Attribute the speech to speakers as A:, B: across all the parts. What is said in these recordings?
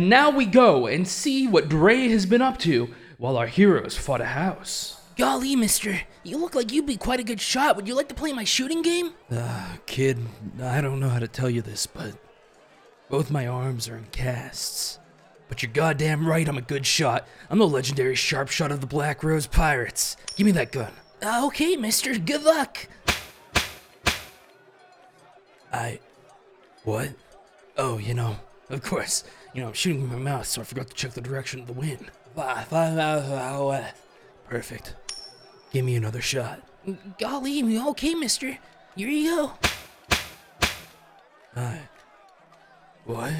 A: Now we go and see what Dre has been up to while our heroes fought a house.
B: Golly, mister, you look like you'd be quite a good shot. Would you like to play my shooting game?
A: Uh, kid, I don't know how to tell you this, but both my arms are in casts. But you're goddamn right, I'm a good shot. I'm the legendary sharp shot of the Black Rose Pirates. Give me that gun.
B: Uh, okay, mister, good luck.
A: I. What? Oh, you know, of course. You know, I'm shooting with my mouth, so I forgot to check the direction of the wind. Perfect. Give me another shot.
B: Golly, okay, mister. Here you go.
A: I. What?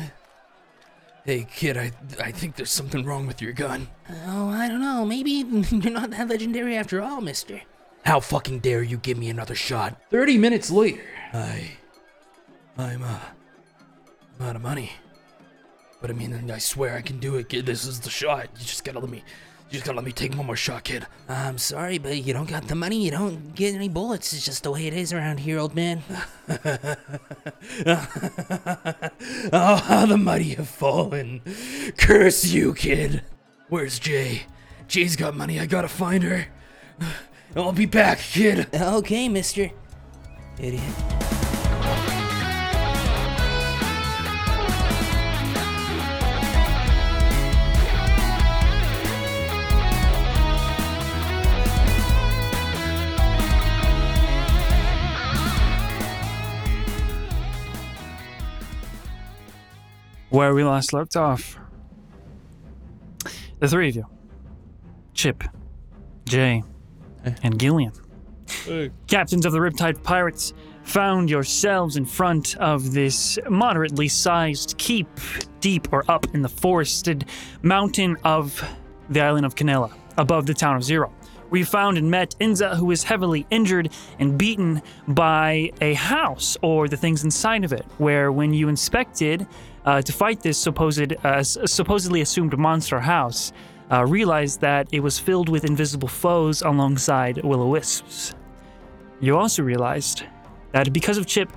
A: Hey, kid, I, I think there's something wrong with your gun.
B: Oh, I don't know. Maybe you're not that legendary after all, mister.
A: How fucking dare you give me another shot? 30 minutes later. I. I'm, uh. I'm out of money. But I mean, I swear I can do it, kid. This is the shot. You just gotta let me. You just gotta let me take one more shot, kid.
B: I'm sorry, but you don't got the money. You don't get any bullets. It's just the way it is around here, old man.
A: oh, how the mighty have fallen. Curse you, kid. Where's Jay? Jay's got money. I gotta find her. I'll be back, kid.
B: Okay, mister. Idiot.
C: where we last left off. The three of you Chip, Jay, and Gillian, captains of the Riptide Pirates, found yourselves in front of this moderately sized keep deep or up in the forested mountain of the island of Canela, above the town of Zero. We found and met Inza, who is heavily injured and beaten by a house or the things inside of it, where when you inspected uh, to fight this supposed, uh, s- supposedly assumed monster house, uh, realized that it was filled with invisible foes alongside will o wisps. You also realized that because of Chip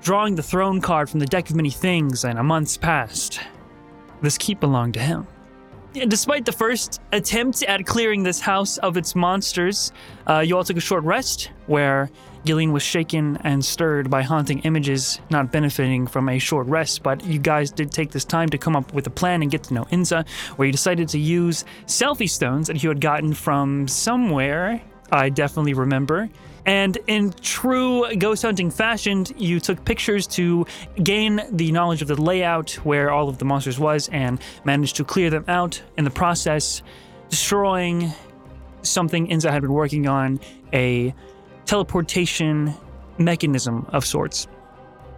C: drawing the throne card from the deck of many things and a month's past, this keep belonged to him despite the first attempt at clearing this house of its monsters, uh, you all took a short rest where Gillian was shaken and stirred by haunting images, not benefiting from a short rest. But you guys did take this time to come up with a plan and get to know Inza, where you decided to use selfie stones that you had gotten from somewhere. I definitely remember. And in true ghost hunting fashion, you took pictures to gain the knowledge of the layout where all of the monsters was and managed to clear them out in the process, destroying something Inza had been working on, a teleportation mechanism of sorts.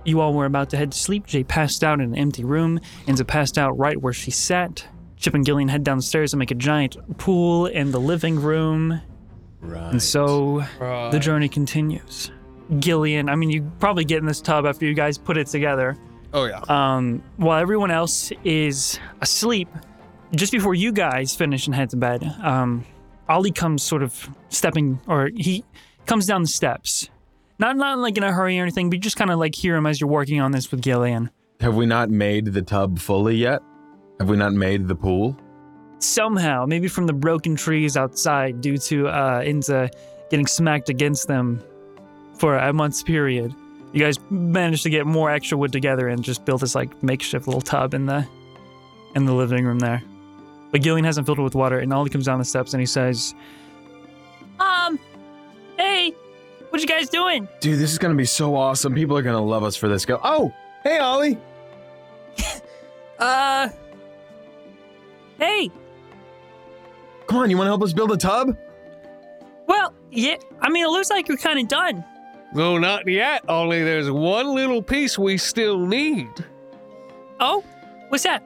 C: You all were about to head to sleep. Jay passed out in an empty room. Enza passed out right where she sat. Chip and Gillian head downstairs and make a giant pool in the living room.
D: Right.
C: And so the journey continues. Gillian, I mean, you probably get in this tub after you guys put it together.
D: oh yeah.
C: Um, while everyone else is asleep, just before you guys finish and head to bed, um, Ollie comes sort of stepping, or he comes down the steps. Not, not like in a hurry or anything, but you just kind of like hear him as you're working on this with Gillian.
D: Have we not made the tub fully yet? Have we not made the pool?
C: somehow, maybe from the broken trees outside due to uh, Inza getting smacked against them for a month's period. You guys managed to get more extra wood together and just build this like makeshift little tub in the in the living room there. But Gillian hasn't filled it with water, and Ollie comes down the steps and he says, "Um, hey, what you guys doing?"
D: Dude, this is gonna be so awesome. People are gonna love us for this. Go. Oh, hey Ollie.
C: Uh, hey,
D: Come on, you wanna help us build a tub?
C: well, yeah. I mean, it looks like you're kind of done.
E: No, not yet. Only there's one little piece we still need.
C: Oh, what's that?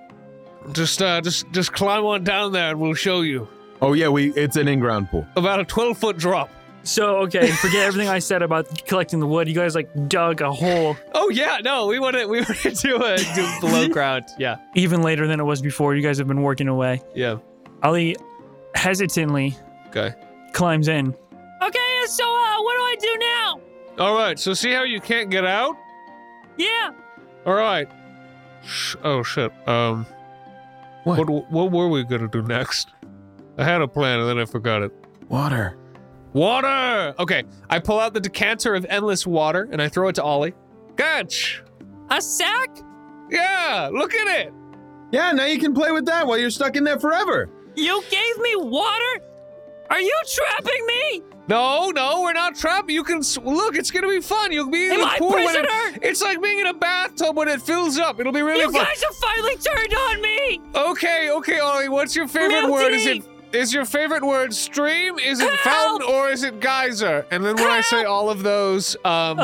E: Just, uh, just, just climb on down there, and we'll show you.
D: Oh yeah, we. It's an in-ground pool.
E: About a twelve foot drop.
C: So okay, forget everything I said about collecting the wood. You guys like dug a hole
E: Oh yeah, no, we want to, we want to do a do below ground. Yeah,
C: even later than it was before. You guys have been working away.
E: yeah.
C: Ali hesitantly
E: Okay.
C: climbs in. Okay, so uh, what do I do now?
E: All right. So see how you can't get out.
C: Yeah.
E: All right. Sh- oh shit. Um.
D: What?
E: What what were we gonna do next? I had a plan and then I forgot it.
D: Water.
E: Water. Okay, I pull out the decanter of endless water and I throw it to Ollie. Gotch.
C: A sack?
E: Yeah, look at it.
D: Yeah, now you can play with that while you're stuck in there forever.
C: You gave me water? Are you trapping me?
E: No, no, we're not trapped. You can s- look. It's gonna be fun. You'll be in
C: Am
E: the
C: I
E: pool when it-
C: prisoner?
E: it's like being in a bathtub when it fills up. It'll be really
C: You
E: fun.
C: guys have finally turned on me!
E: Okay, okay, Ollie. What's your favorite word? Is it is your favorite word stream? Is it fountain or is it geyser? And then when I say all of those, um,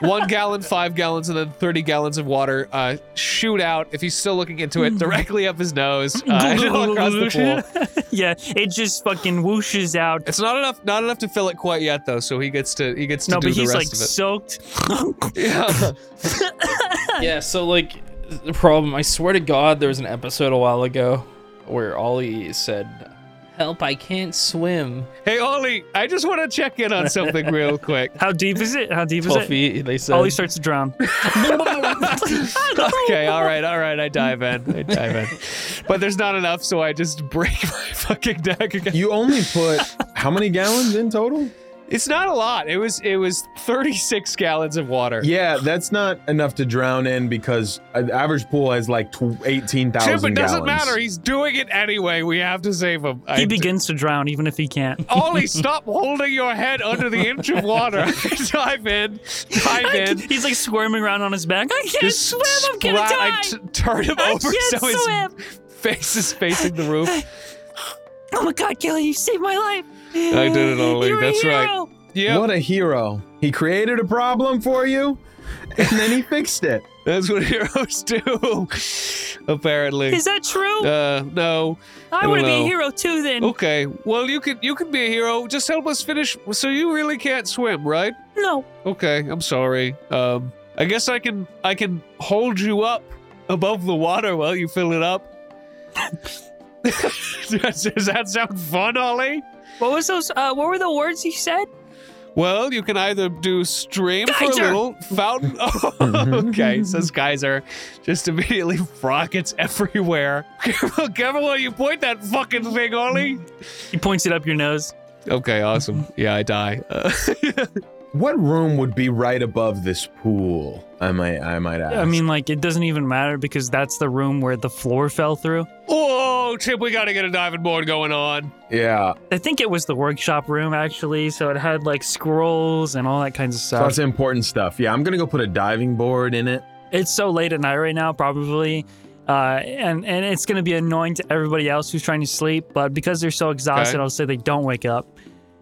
E: one gallon, five gallons, and then thirty gallons of water uh, shoot out. If he's still looking into it, directly up his nose uh, and all across the pool.
C: yeah, it just fucking whooshes out.
E: It's not enough. Not enough to fill it quite yet, though. So he gets to he gets to
C: No,
E: do
C: but
E: the
C: he's like
E: rest
C: soaked.
E: of it. Yeah.
A: yeah, so like the problem, I swear to God, there was an episode a while ago where Ollie said, "Help! I can't swim."
E: hey, Ollie. I just want to check in on something real quick.
C: How deep is it? How deep is
A: Twelve
C: it?
A: feet. They said.
E: uh,
C: Ollie starts to drown.
E: okay, all right, all right. I dive in. I dive in. But there's not enough, so I just break my fucking deck again.
D: You only put how many gallons in total?
E: It's not a lot. It was it was 36 gallons of water.
D: Yeah, that's not enough to drown in because an average pool has like tw- 18,000
E: Chip,
D: gallons.
E: it doesn't matter. He's doing it anyway. We have to save him.
C: He begins to drown even if he can't.
E: Ollie, stop holding your head under the inch of water. dive in. Dive in.
C: He's like squirming around on his back. I can't swim. I'm gonna
E: sprat-
C: die.
E: I t- turn him
C: I
E: over
C: can't
E: so his
C: swim.
E: face is facing the roof.
C: oh my god, Kelly, you saved my life.
E: I did it, Ollie.
C: You're a
E: That's right.
C: hero.
E: Yeah,
D: What a hero. He created a problem for you and then he fixed it.
E: that's what heroes do. Apparently.
C: Is that true?
E: Uh, no.
C: I
E: don't
C: want to be
E: know. Oh.
C: a hero too. Then
E: Okay. Well, you could you could be a hero. Just help us finish. So you really can't swim, right?
C: no.
E: Okay. I'm sorry. Um, I guess I can I can hold you up above the water while you fill it up. does, does that sound fun, Ollie?
C: What was those? Uh, what were the words you said?
E: Well, you can either do stream for
C: Geyser!
E: a little fountain. Oh, okay, says Geyser, just immediately rockets everywhere. Careful, careful where you point that fucking thing, Ollie.
C: He points it up your nose.
E: Okay, awesome. Yeah, I die. Uh,
D: What room would be right above this pool? I might I might ask.
C: I mean, like it doesn't even matter because that's the room where the floor fell through.
E: Oh, Chip, we gotta get a diving board going on.
D: yeah.
C: I think it was the workshop room actually, so it had like scrolls and all that kinds of stuff.
D: Lots of important stuff. Yeah, I'm going to go put a diving board in it.
C: it's so late at night right now, probably. Uh, and, and it's going to be annoying to everybody else who's trying to sleep. But because they're so exhausted,
E: Okay.
C: I'll say they don't wake up.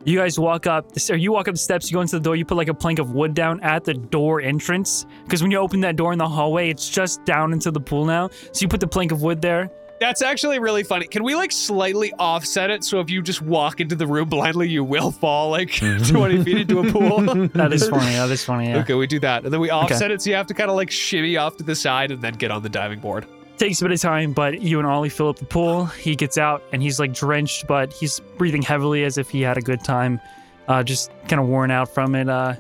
C: You guys walk up, or you walk up the steps, you go into the door, you put like a plank of wood down at the door entrance. Because when you open that door in the hallway, it's just down into the pool now. So you put the plank of wood there.
E: That's actually really funny. Can we like slightly offset it so if you just walk into the room blindly, you will fall like 20 feet into a pool?
C: That is funny. That is funny. Yeah.
E: Okay, we do that. And then we offset it so you have to kind of like shimmy off to the side and then get on the diving board.
C: Takes a bit of time, but you and Ollie fill up the pool. He gets out and he's like drenched, but he's breathing heavily as if he had a good time, uh, just kind of worn out from it. Uh,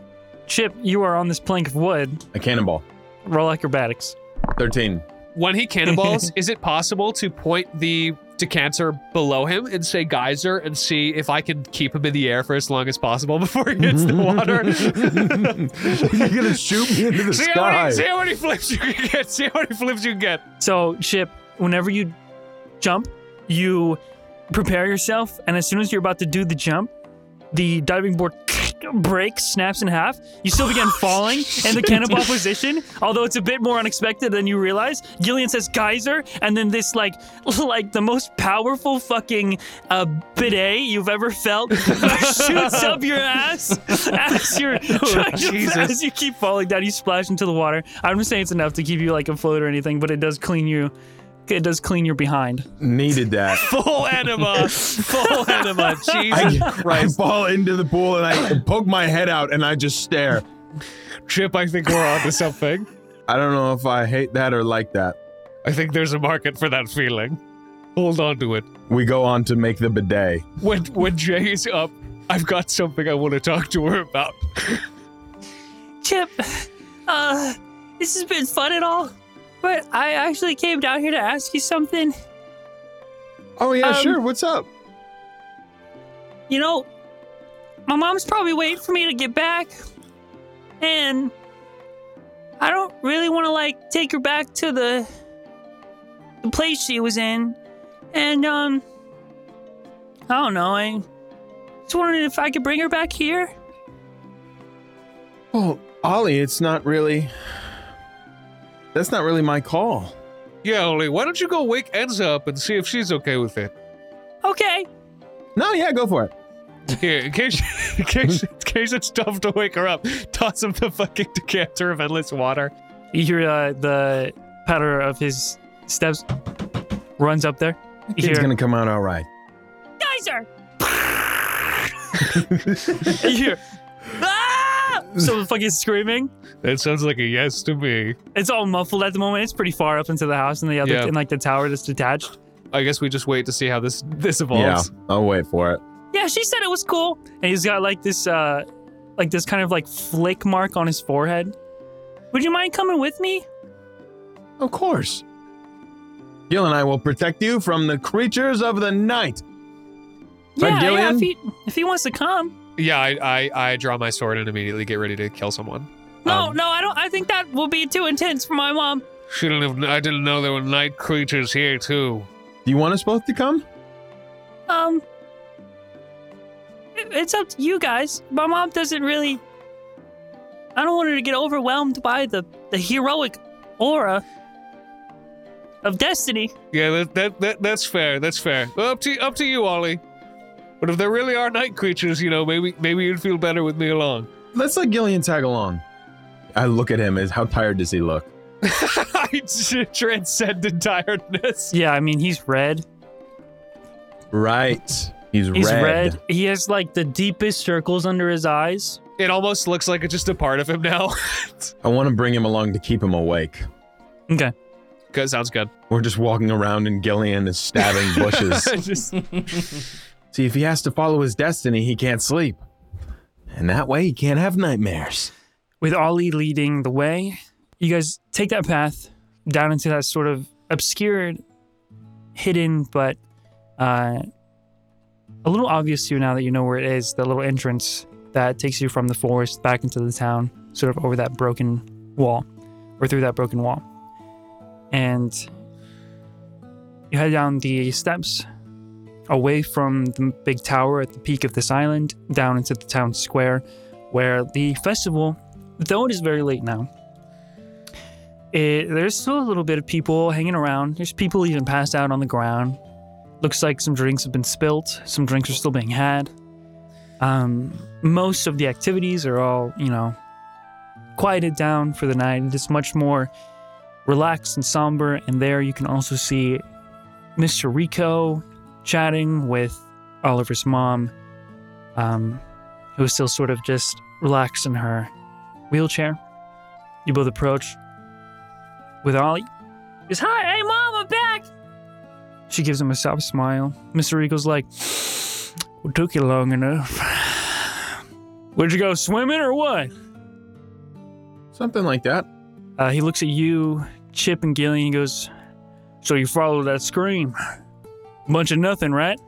C: Chip, you are on this plank of wood.
D: A cannonball.
C: Roll acrobatics.
D: 13.
E: When he cannonballs, is it possible to point the decanter below him and say geyser and see if I can keep him in the air for as long as possible before he hits the water?
D: You're going to shoot me into the
E: see, how
D: sky.
E: many, see how many flips you can get. See how many flips you can get.
C: So, Chip, whenever you jump, you prepare yourself, and as soon as you're about to do the jump, the diving board breaks, snaps in half. You still begin falling in the cannonball position, although it's a bit more unexpected than you realize. Gillian says geyser, and then this like like the most powerful fucking uh, bidet you've ever felt shoots up your ass as you're trying to,
E: Jesus.
C: as you keep falling down. You splash into the water. I'm just saying it's enough to keep you like afloat or anything, but it does clean you. It does clean your behind.
D: Needed that.
E: full enema, full enema. Jesus
D: I, I
E: Christ,
D: fall into the pool and I poke my head out and I just stare.
E: Chip. I think we're onto something.
D: I don't know if I hate that or like that.
E: I think there's a market for that feeling. Hold on to it.
D: We go on to make the bidet.
E: When when Jay is up, I've got something I want to talk to her about.
C: Chip, uh, this has been fun and all, but I actually came down here to ask you something.
D: Oh yeah,
C: Um,
D: sure. What's up?
C: You know, my mom's probably waiting for me to get back. And I don't really want to like take her back to the the place she was in. And um I don't know. I just wondering if I could bring her back here.
D: Well, Oh, Ollie, it's not really. That's not really my call.
E: Yeah, Oli, why don't you go wake Enza up and see if she's okay with it?
C: Okay.
D: No, yeah, go for it.
E: Here, in case, in case, in case it's tough to wake her up, toss him the fucking decanter of endless water.
C: You hear uh, the patter of his steps runs up there.
D: Kid's gonna come out all right.
C: geyser. you hear, ah! So fucking screaming.
E: That sounds like a yes to me.
C: It's all muffled at the moment. It's pretty far up into the house and the other
E: Yeah.
C: and like the tower that's detached.
E: I guess we just wait to see how this this evolves.
D: Yeah, I'll wait for it.
C: Yeah, she said it was cool. And he's got like this, uh like this kind of like flick mark on his forehead. Would you mind coming with me?
D: Of course. Gil and I will protect you from the creatures of the night. Right,
C: yeah, yeah.
D: Gillian?
C: If he if he wants to come.
E: Yeah, I, I I draw my sword and immediately get ready to kill someone.
C: No,
E: Um,
C: no, I don't. I think that will be too intense for my mom.
E: Shouldn't have. I didn't know there were night creatures here too.
D: Do you want us both to come?
C: Um, it- it's up to you guys. My mom doesn't really. I don't want her to get overwhelmed by the the heroic aura of destiny.
E: Yeah, that, that that that's fair. That's fair. Well, up to up to you, Ollie. But if there really are night creatures, you know, maybe maybe you'd feel better with me along.
D: Let's let Gillian tag along. I look at him as how tired does he look?
E: I transcended tiredness.
C: Yeah, I mean he's red.
D: Right. He's,
C: He's
D: red.
C: red. He has like the deepest circles under his eyes.
E: It almost looks like it's just a part of him now.
D: I want to bring him along to keep him awake.
C: Okay.
E: Good, sounds good.
D: We're just walking around and Gillian is stabbing bushes.
E: Just-
D: See, if he has to follow his destiny, he can't sleep. And that way he can't have nightmares.
C: with Ollie leading the way, you guys take that path down into that sort of obscured, hidden, but uh, a little obvious to you now that you know where it is the little entrance that takes you from the forest back into the town, sort of over that broken wall or through that broken wall. And you head down the steps away from the big tower at the peak of this island down into the town square where the festival, though it is very late now, it, there's still a little bit of people hanging around. There's people even passed out on the ground. Looks like some drinks have been spilt. Some drinks are still being had. Um, most of the activities are all, you know, quieted down for the night. It is much more relaxed and somber. And there you can also see Mr. Rico chatting with Oliver's mom. Um, who is still sort of just relaxed in her wheelchair. You both approach with Ollie. He's, hi, hey, mom, I'm back. She gives him a soft smile. Mr. Rico's like, well, took you long enough. Would you go swimming or what?
D: Something like that.
C: Uh, he looks at you, Chip, and Gillian. He goes, so you followed that scream. Bunch of nothing, right?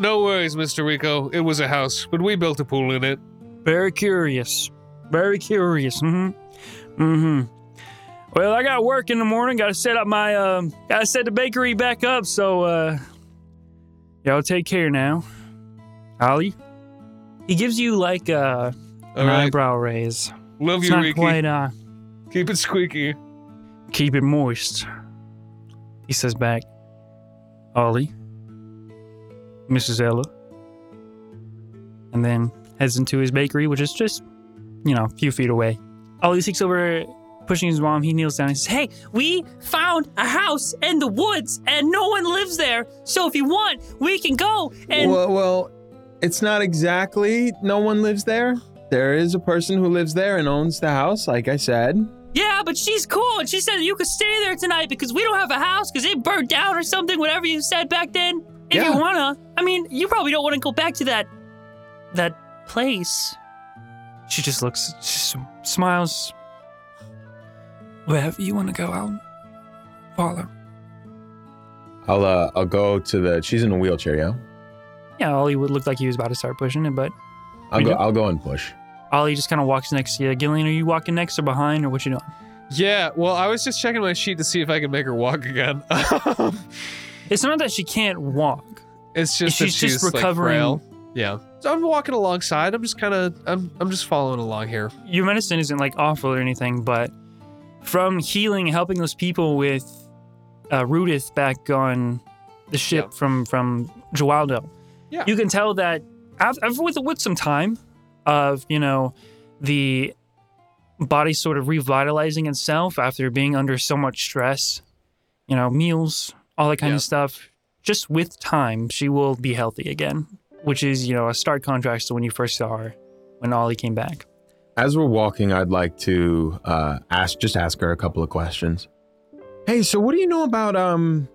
E: no worries, Mr. Rico. It was a house, but we built a pool in it.
C: Very curious. Very curious. Mm-hmm. Mm-hmm. Well, I got work in the morning. Got to set up my, um, got to set the bakery back up. So, uh, y'all take care now. Ollie? He gives you like uh,
E: All
C: an
E: right.
C: eyebrow raise.
E: Love
C: It's
E: you,
C: not
E: Ricky.
C: quite, uh,
E: Keep it squeaky.
C: keep it moist. He says back, Ollie, Mrs. Ella. And then heads into his bakery, which is just, you know, a few feet away. Ollie takes over, pushing his mom. He kneels down and says, Hey, we found a house in the woods and no one lives there. So if you want, we can go. And
D: well, well, it's not exactly no one lives there. There is a person who lives there and owns the house, like I said.
C: yeah, but she's cool. And she said you could stay there tonight because we don't have a house because it burned down or something, whatever you said back then. If
D: Yeah.
C: you wanna. I mean, you probably don't want to go back to that that place. She just looks she s- smiles. Wherever you want to go, I'll follow.
D: I'll uh, I'll go to the. She's in a wheelchair, yeah.
C: Yeah, Ollie would look like he was about to start pushing it, but
D: I'll
C: We
D: go.
C: do-
D: I'll go and push.
C: Ollie just kind of walks next to you. Gillian, are you walking next or behind or what you doing?
E: Yeah, well, I was just checking my sheet to see if I could make her walk again.
C: It's not that she can't walk.
E: it's just
C: she's
E: that she's
C: just
E: like,
C: recovering.
E: frail. yeah, so I'm walking alongside. I'm just kind of, I'm, I'm just following along here.
C: Your medicine isn't like awful or anything, but from healing, helping those people with uh, Rudith back on the ship
E: Yeah.
C: from from Joaldo,
E: Yeah.
C: you can tell that after, with with some time of you know the body sort of revitalizing itself after being under so much stress, you know, meals, all that kind
E: Yeah.
C: of stuff. Just with time, she will be healthy again, which is you know a stark contrast to when you first saw her when Ollie came back.
D: As we're walking, I'd like to uh, ask just ask her a couple of questions. Hey, so what do you know about um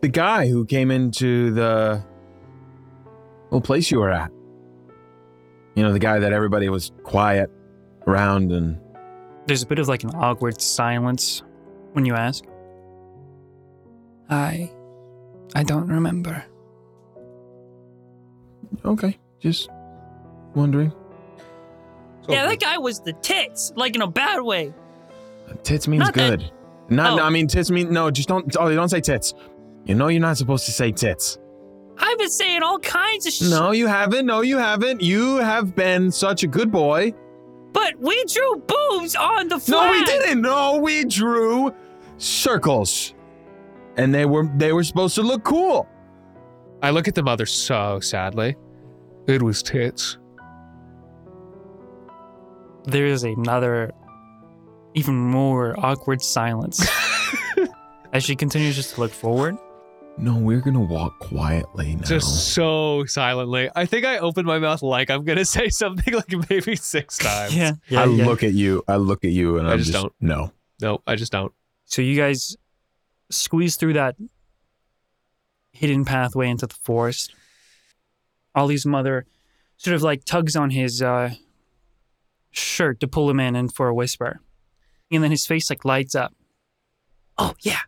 D: the guy who came into the little place you were at? You know, the guy that everybody was quiet around and
C: There's a bit of like an awkward silence when you ask.
F: I. I don't remember.
D: okay, just wondering.
E: So
C: Yeah, that guy was the tits, like in a bad way.
D: Uh, Tits means
C: Not that-
D: good. Not,
C: Oh.
D: I mean, tits mean no. Just don't. Oh, don't say tits. You know, you're not supposed to say tits.
C: I've been saying all kinds of shit,
D: No, you haven't. No, you haven't. You have been such a good boy.
C: but we drew boobs on the
D: No,
C: flag.
D: we didn't. No, we drew circles, and they were they were supposed to look cool.
E: I look at the mother so sadly. It was tits.
C: There is another, even more awkward silence as she continues just to look forward.
D: No, we're gonna walk quietly now.
E: Just so silently. I think I opened my mouth like I'm gonna say something like maybe six times.
C: Yeah, yeah,
D: I
C: yeah.
D: look at you. I look at you, and
E: I
D: I'm
E: just
D: just,
E: don't.
D: No,
E: No, I just don't.
C: So you guys squeeze through that hidden pathway into the forest. Ollie's mother sort of like tugs on his uh, shirt to pull him in and for a whisper. And then his face like lights up. Oh, yeah.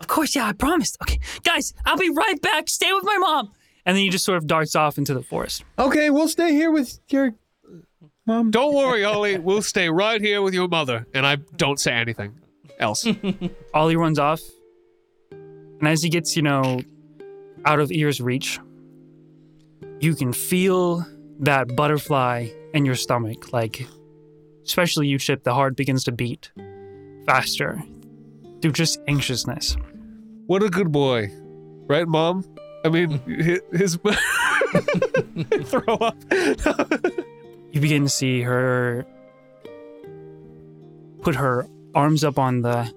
C: Of course. Yeah, I promised. Okay, guys, I'll be right back. Stay with my mom. And then he just sort of darts off into the forest.
D: Okay, we'll stay here with your mom.
E: Don't worry, Ollie. We'll stay right here with your mother, and I don't say anything else.
C: Ollie runs off. And as he gets, you know, out of ear's reach, you can feel that butterfly in your stomach. Like, especially you, Chip, the heart begins to beat faster through just anxiousness.
E: what a good boy, right, Mom? I mean, hi- his throw up.
C: You begin to see her put her arms up on the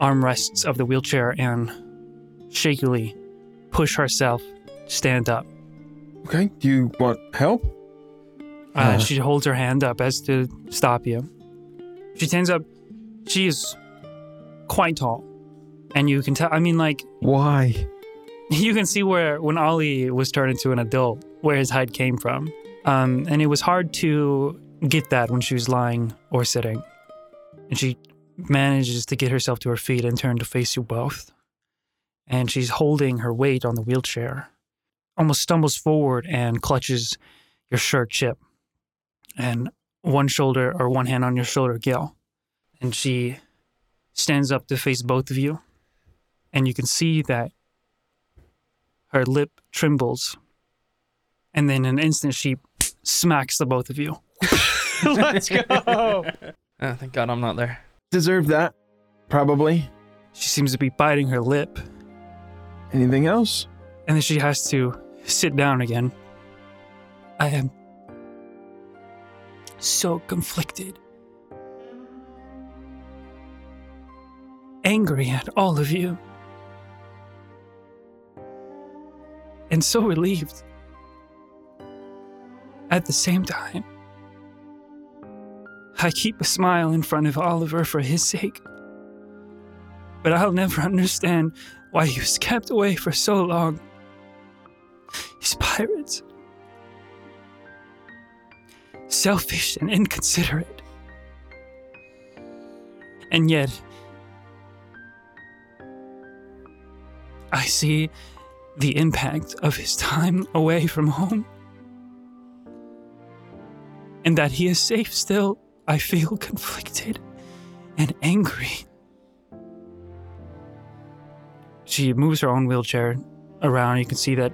C: armrests of the wheelchair and shakily push herself stand up.
D: Okay, do you want help?
C: Uh, she holds her hand up as to stop you. She stands up. She is quite tall, and you can tell. I mean, like
D: Why?
C: you can see where when Ollie was turned into an adult, where his height came from, um, and it was hard to get that when she was lying or sitting. And she manages to get herself to her feet and turn to face you both. And she's holding her weight on the wheelchair, almost stumbles forward and clutches your shirt chip, and one shoulder or one hand on your shoulder, Gil. And she stands up to face both of you, and you can see that her lip trembles. And then in an instant, she smacks the both of you.
E: Let's go.
A: Ah, thank God I'm not there.
D: Deserve that, probably.
C: She seems to be biting her lip,
D: Anything else?
C: and then she has to sit down again. I am so conflicted. Angry at all of you. And so relieved. At the same time, I keep a smile in front of Oliver for his sake. But I'll never understand why he was kept away for so long. These pirates. Selfish and inconsiderate. And yet, I see the impact of his time away from home. And that he is safe still, I feel conflicted and angry. She moves her own wheelchair around. You can see that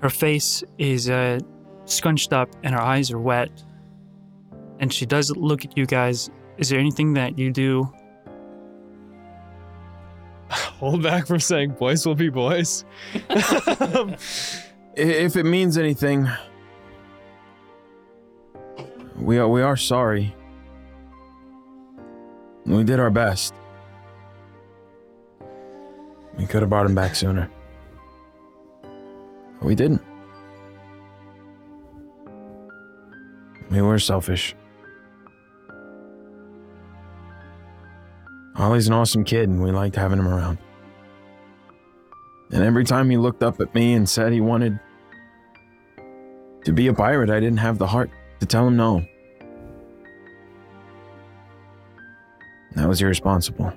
C: her face is uh, scrunched up and her eyes are wet. And she does look at you guys. Is there anything that you do
E: Hold back from saying boys will be boys.
D: I- If it means anything, we are, we are sorry. We did our best. We could have brought him back sooner. But we didn't. We were selfish. Ollie's an awesome kid, and we liked having him around. And every time he looked up at me and said he wanted to be a pirate, I didn't have the heart to tell him no. That was irresponsible.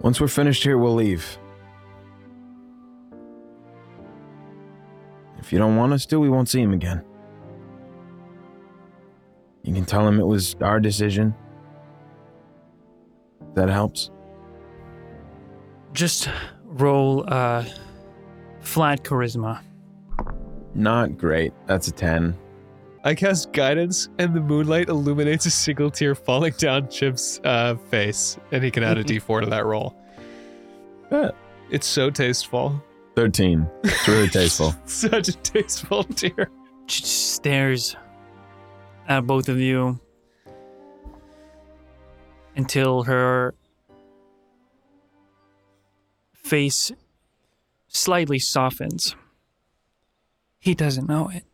D: Once we're finished here, we'll leave. If you don't want us to, we won't see him again. You can tell him it was our decision. That helps.
C: just roll uh, flat charisma.
D: Not great. That's a 10.
E: I cast guidance, and the moonlight illuminates a single tear falling down Chip's uh, face, and he can add a d4 to that roll.
D: Yeah.
E: It's so tasteful.
D: 13. It's really tasteful.
E: Such a tasteful tear.
C: She just stares at both of you until her face slightly softens. He doesn't know it.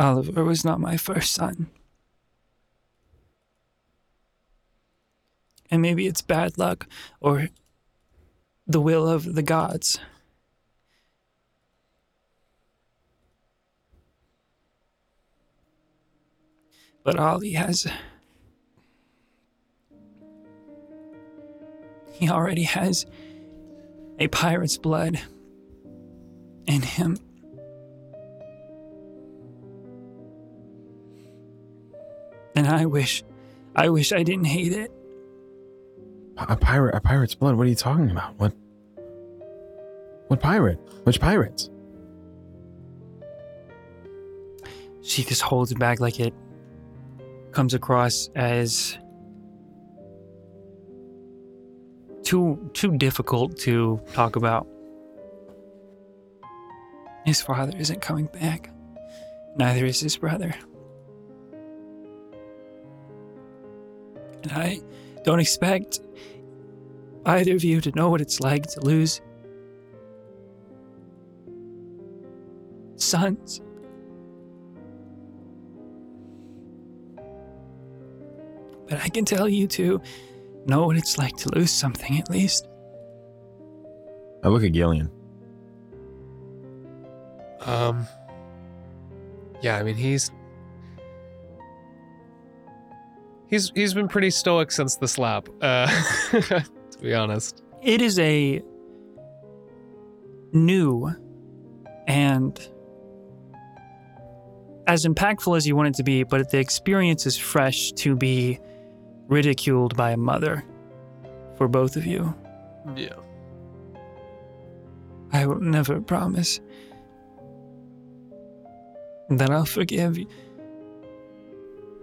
C: Oliver was not my first son. And maybe it's bad luck or the will of the gods. but Ollie has. He already has a pirate's blood in him. And I wish, I wish I didn't hate it.
D: A pirate, a pirate's blood. What are you talking about? What? What pirate? Which pirates?
C: She just holds it back like it comes across as too too difficult to talk about. His father isn't coming back. Neither is his brother. And I don't expect either of you to know what it's like to lose sons. but I can tell you to know what it's like to lose something at least.
D: I look at Gillian.
E: Um. Yeah, I mean he's he's he's been pretty stoic since the slap. Uh, to be honest,
C: It is a new and as impactful as you want it to be, but the experience is fresh to be ridiculed by a mother for both of you.
E: yeah.
C: I will never promise that I'll forgive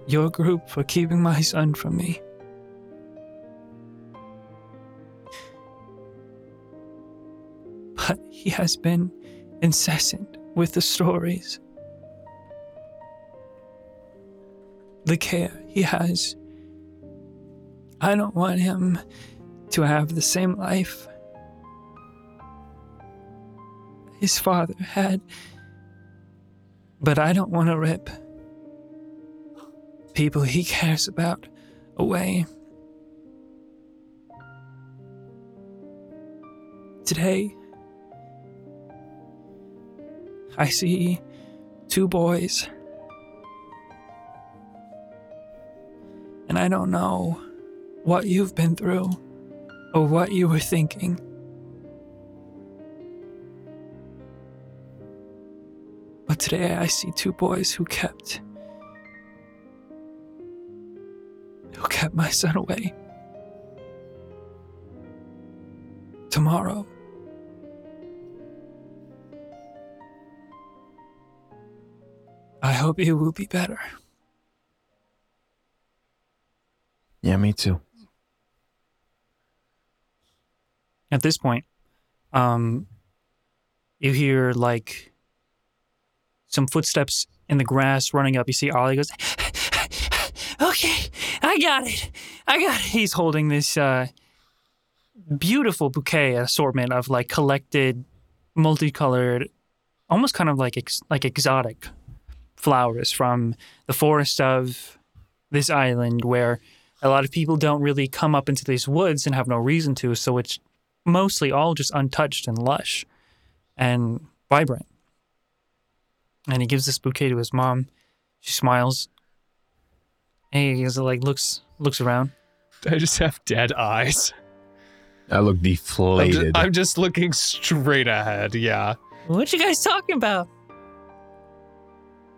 C: your group for keeping my son from me. But he has been incessant with the stories, the care he has. I don't want him to have the same life his father had. But I don't want to rip people he cares about away. Today, I see two boys, and I don't know what you've been through or what you were thinking. But today I see two boys who kept. who kept my son away. Tomorrow. I hope you will be better.
D: Yeah, me too.
C: at this point, um, you hear like some footsteps in the grass running up. You see Ollie goes, "Okay, I got it, I got it." He's holding this uh, beautiful bouquet assortment of like collected, multicolored, almost kind of like ex- like exotic flowers from the forest of this island where a lot of people don't really come up into these woods and have no reason to so it's mostly all just untouched and lush and vibrant. And he gives this bouquet to his mom. She smiles. And he is like looks looks around.
E: I just have dead eyes.
D: I look
E: I'm
D: deflated.
E: just, I'm just looking straight ahead. Yeah.
C: What you guys talking about?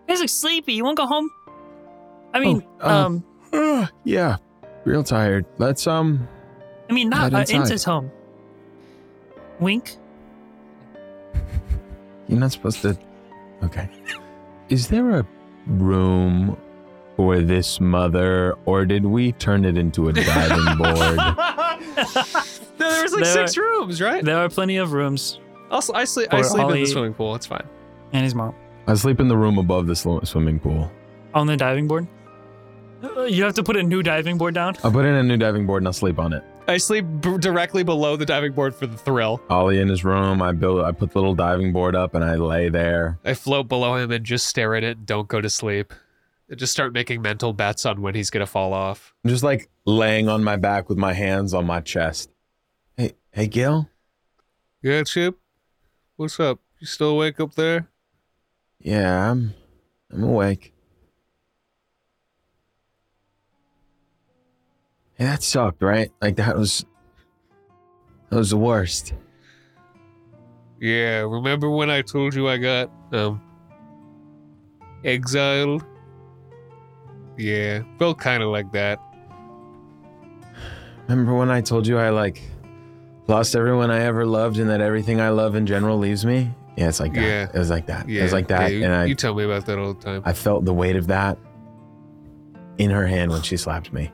C: You guys look sleepy. You wanna go home? I mean,
D: Oh, uh,
C: um,
D: Ugh, yeah, real tired. Let's um.
C: I mean not
D: head
C: uh,
D: inside.
C: Inta's home. Wink.
D: You're not supposed to. Okay. Is there a room for this mother, or did we turn it into a diving board?
E: No, there was like
C: There-
E: six rooms, right?
C: There are plenty of rooms.
E: Also, I sleep. I
C: Or
E: sleep in
C: Ollie-
E: the swimming pool. It's fine.
C: And his mom
D: I sleep in the room above the slo- swimming pool.
C: on the diving board. Uh, You have to put a new diving board down.
D: I'll put in a new diving board and I'll sleep on it.
E: I sleep b- directly below the diving board for the thrill.
D: Ollie in his room. I build. I put the little diving board up and I lay there.
E: I float below him and just stare at it. And don't go to sleep. I just start making mental bets on when he's gonna fall off.
D: I'm just like laying on my back with my hands on my chest. Hey, hey, Gil.
E: Yeah, Chip. What's up? You still awake up there?
D: Yeah, I'm. I'm awake. Hey, that sucked, right? Like that was. That was the worst.
E: Yeah. Remember when I told you I got um exiled? Yeah, felt kind of like that.
D: Remember when I told you I like lost everyone I ever loved and that everything I love in general leaves me? Yeah, it's like that.
E: Yeah.
D: It was like that.
E: Yeah,
D: it was like that.
E: yeah, you,
D: and I
E: you tell me about that all the time.
D: I felt the weight of that in her hand when she slapped me.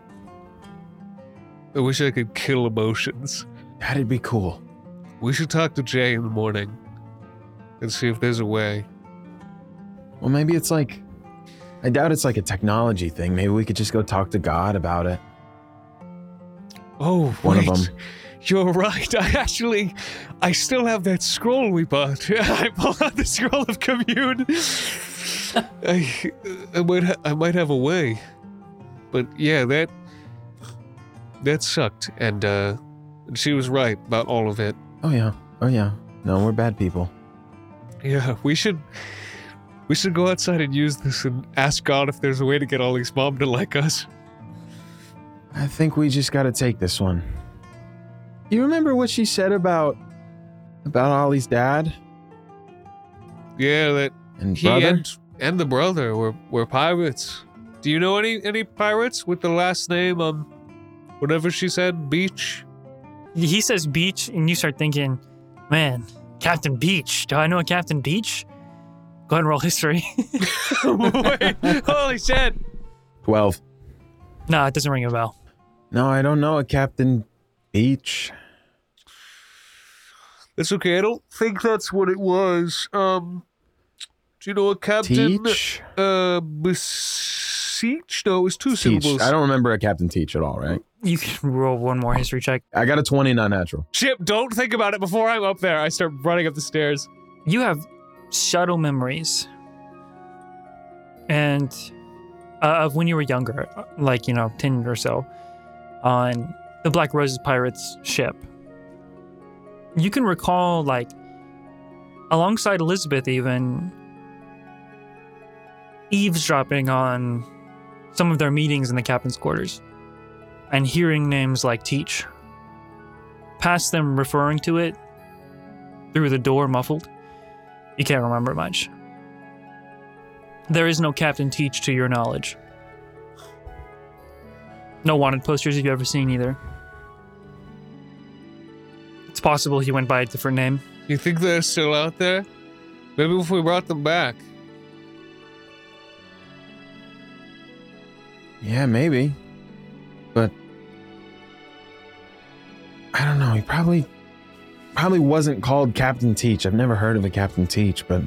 E: I wish I could kill emotions.
D: That'd be cool.
E: We should talk to Jay in the morning and see if there's a way.
D: Well, maybe it's like, I doubt it's like a technology thing. Maybe we could just go talk to God about it.
E: Oh,
D: One of
E: wait.
D: them.
E: You're right. I actually, I still have that scroll we bought. I pull out the scroll of commune. I, I might, ha- I might have a way, but yeah, that, that sucked. And uh, she was right about all of it.
D: Oh, yeah. Oh, yeah. No, we're bad people.
E: Yeah, we should, we should go outside and use this and ask God if there's a way to get Ollie's mom to like us.
D: I think we just got to take this one. You remember what she said about about Ollie's dad
E: Yeah, that
D: and
E: He
D: brother?
E: and, and the brother were, were pirates. Do you know any, any pirates with the last name um whatever she said, Beach?
C: he says beach and you start thinking man captain beach do i know a captain beach go ahead and roll history
E: Wait, holy shit.
D: 12.
C: no it doesn't ring a bell
D: No, I don't know a Captain Beach.
E: It's okay, I don't think that's what it was. Um Do you know a captain
D: Teach?
E: uh beseech? No, it was two
D: Teach.
E: syllables.
D: I don't remember a Captain Teach at all, right?
C: you can roll one more history check
D: I got a 20 non natural.
E: Chip, don't think about it before I'm up there. I start running up the stairs.
C: you have subtle memories and uh, of when you were younger like you know 10 or so on the black roses pirates ship you can recall like alongside elizabeth even eavesdropping on some of their meetings in the captain's quarters and hearing names like teach. Past them referring to it through the door muffled. You can't remember much. There is no Captain Teach to your knowledge. No wanted posters you've ever seen either. It's possible he went by a different name.
E: You think they're still out there? Maybe if we brought them back.
D: Yeah, maybe. But I don't know. He probably probably wasn't called Captain Teach. I've never heard of a Captain Teach, but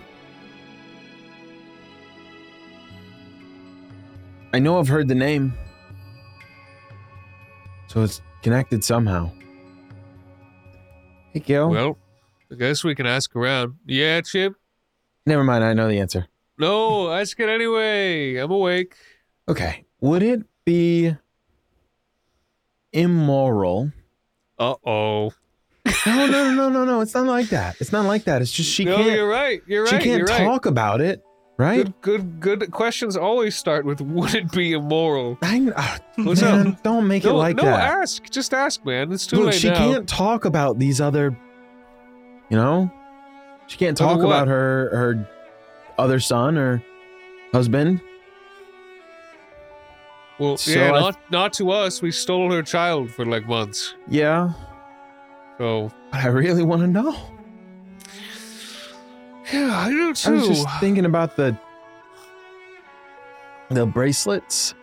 D: I know I've heard the name. So it's connected somehow. Hey, Gil.
E: Well, I guess we can ask around. Yeah, Chip?
D: Never mind. I know the answer.
E: No, ask it anyway. I'm awake.
D: Okay. Would it be immoral?
E: Uh oh.
D: No, no, no, no, no. It's not like that. It's not like that. It's just she
E: No,
D: can't.
E: you're right. You're right.
D: she can't
E: you're right.
D: talk about it, right?
E: Good, good, good questions always start with "Would it be immoral?"
D: I, ah,
E: What's
D: man, don't make
E: No,
D: it like
E: no,
D: that.
E: ask. Just ask, man. It's too
D: Look,
E: late
D: she
E: now.
D: can't talk about these other, you know, she can't
E: Other
D: talk
E: what?
D: about her her other son or husband.
E: Well,
D: So
E: yeah,
D: I-
E: not not to us. We stole her child for like months.
D: Yeah,
E: So
D: but I really want to know.
E: yeah, I do
D: I
E: too.
D: was just thinking about the the bracelets.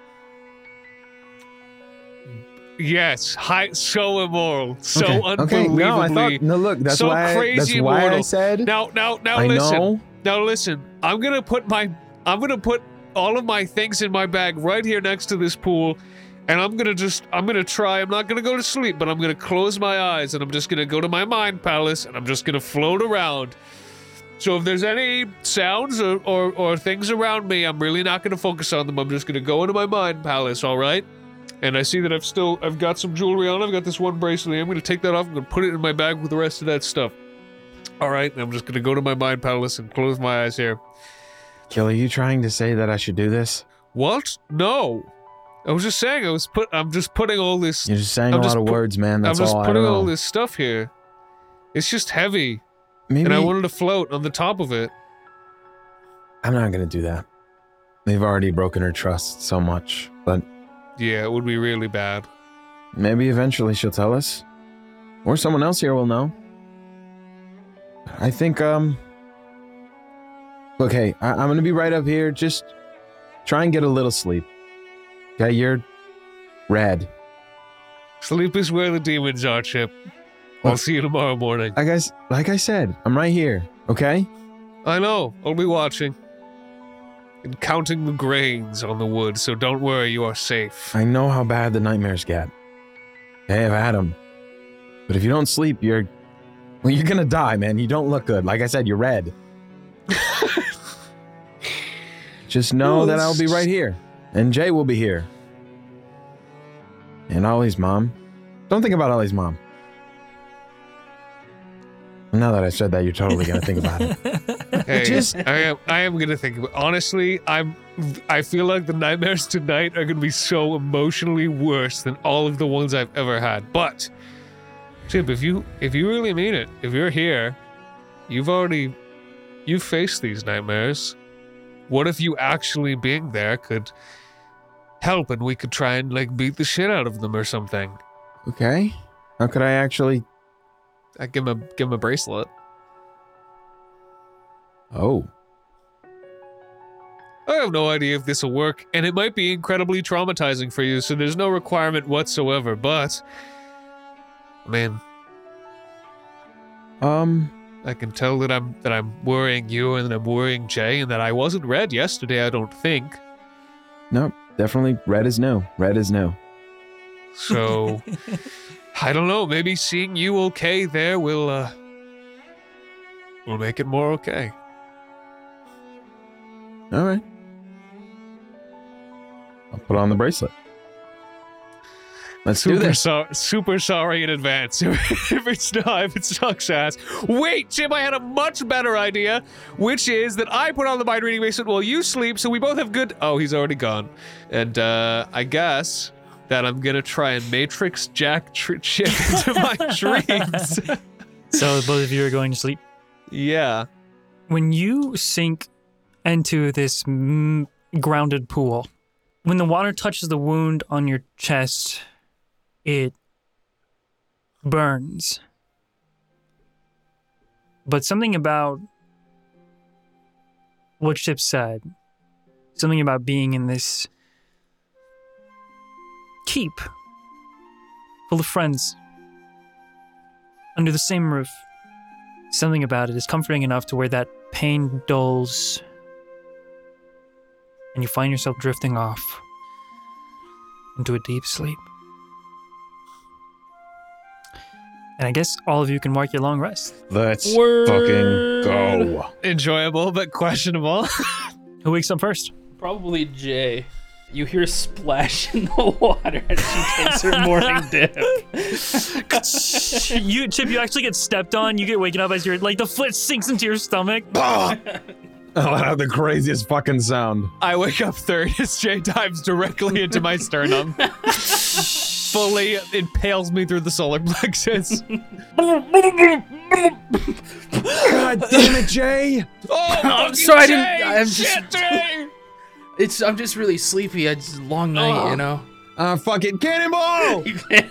E: Yes, hi, so immoral, so
D: okay.
E: unbelievably.
D: No, I thought. No, look, that's
E: so
D: why. I, that's
E: crazy
D: why I
E: immortal.
D: said.
E: now, now, now,
D: I
E: listen.
D: know.
E: Now listen, I'm gonna put my I'm gonna put all of my things in my bag right here next to this pool, and I'm gonna just I'm gonna try. I'm not gonna go to sleep, but I'm gonna close my eyes and I'm just gonna go to my mind palace and I'm just gonna float around. So if there's any sounds or, or, or things around me, I'm really not gonna focus on them. I'm just gonna go into my mind palace, alright? And I see that I've still I've got some jewelry on, I've got this one bracelet, I'm gonna take that off, I'm gonna put it in my bag with the rest of that stuff. All right, I'm just gonna go to my mind palace and close my eyes here.
D: Gil, are you trying to say that I should do this?
E: What? No, I was just saying. I was put. I'm just putting all this.
D: You're just saying
E: I'm
D: a
E: just
D: lot of
E: pu-
D: words, man. That's
E: I'm just
D: all I
E: putting
D: know.
E: all this stuff here. It's just heavy,
D: Maybe
E: and I wanted to float on the top of it.
D: I'm not gonna do that. They've already broken her trust so much, but
E: Yeah, it would be really bad.
D: maybe eventually she'll tell us, or someone else here will know. I think. Um. Look, hey, I- I'm gonna be right up here. Just try and get a little sleep. Okay, you're red.
E: Sleep is where the demons are, Chip. I'll
D: What?
E: see you tomorrow morning.
D: Like I s- like I said, I'm right here. Okay.
E: I know. I'll be watching and counting the grains on the wood. So don't worry, you are safe.
D: I know how bad the nightmares get. Hey, I've had 'em. But if you don't sleep, you're. Well, you're gonna die, man. You don't look good. Like I said, you're red. Just know
E: No,
D: that
E: that's
D: I'll be right
E: just-
D: here. And Jay will be here. And Ollie's mom. Don't think about Ollie's mom. Now that I said that, you're totally gonna think about it.
E: Hey,
D: Just-
E: I am. I am gonna think. About, honestly, I'm. I feel like the nightmares tonight are gonna be so emotionally worse than all of the ones I've ever had. But, Chip, if you if you really mean it, if you're here, you've already, you've faced these nightmares. What if you actually being there could help, and we could try and like beat the shit out of them or something?
D: Okay. How could I actually.
A: I give him a give him a bracelet.
D: Oh.
E: I have no idea if this will work, and it might be incredibly traumatizing for you, so there's no requirement whatsoever, but. Man,
D: Um.
E: I can tell that I'm that I'm worrying you and that I'm worrying Jay and that I wasn't red yesterday, I don't think.
D: No, definitely red is no. Red is no.
E: So I don't know, maybe seeing you okay there will uh will make it more okay.
D: All right. I'll put on the bracelet. Let's do
E: Super
D: this.
E: sorry, super sorry in advance if it's not if it sucks ass. Wait, Jim, I had a much better idea, which is that I put on the mind reading bracelet while you sleep, so we both have good. Oh, he's already gone, and uh, I guess that I'm gonna try and Matrix Jack tr- Chip into my dreams.
C: So both of you are going to sleep.
E: yeah.
C: When you sink into this m- grounded pool, when the water touches the wound on your chest, it burns. But something about what Chip said, something about being in this keep full of friends under the same roof. Something about it is comforting enough to where that pain dulls and you find yourself drifting off into a deep sleep. And I guess all of you can mark your long rest.
D: Let's
A: Word.
D: fucking go.
E: Enjoyable but questionable.
C: Who wakes up first?
A: Probably Jay. You hear a splash in the water as she takes her morning dip.
C: you Chip, you actually get stepped on. You get waken up as your like the foot sinks into your stomach.
D: I let out the craziest fucking sound.
E: I wake up third as Jay dives directly into my sternum. Fully impales me through the solar plexus.
D: God damn it, Jay!
E: Oh,
G: I'm
E: fucking
G: sorry, I didn't-
E: Jay!
G: I'm just-
E: Shit, Jay!
G: It's I'm just really sleepy. It's a long night, you know.
D: Uh, fucking cannonball!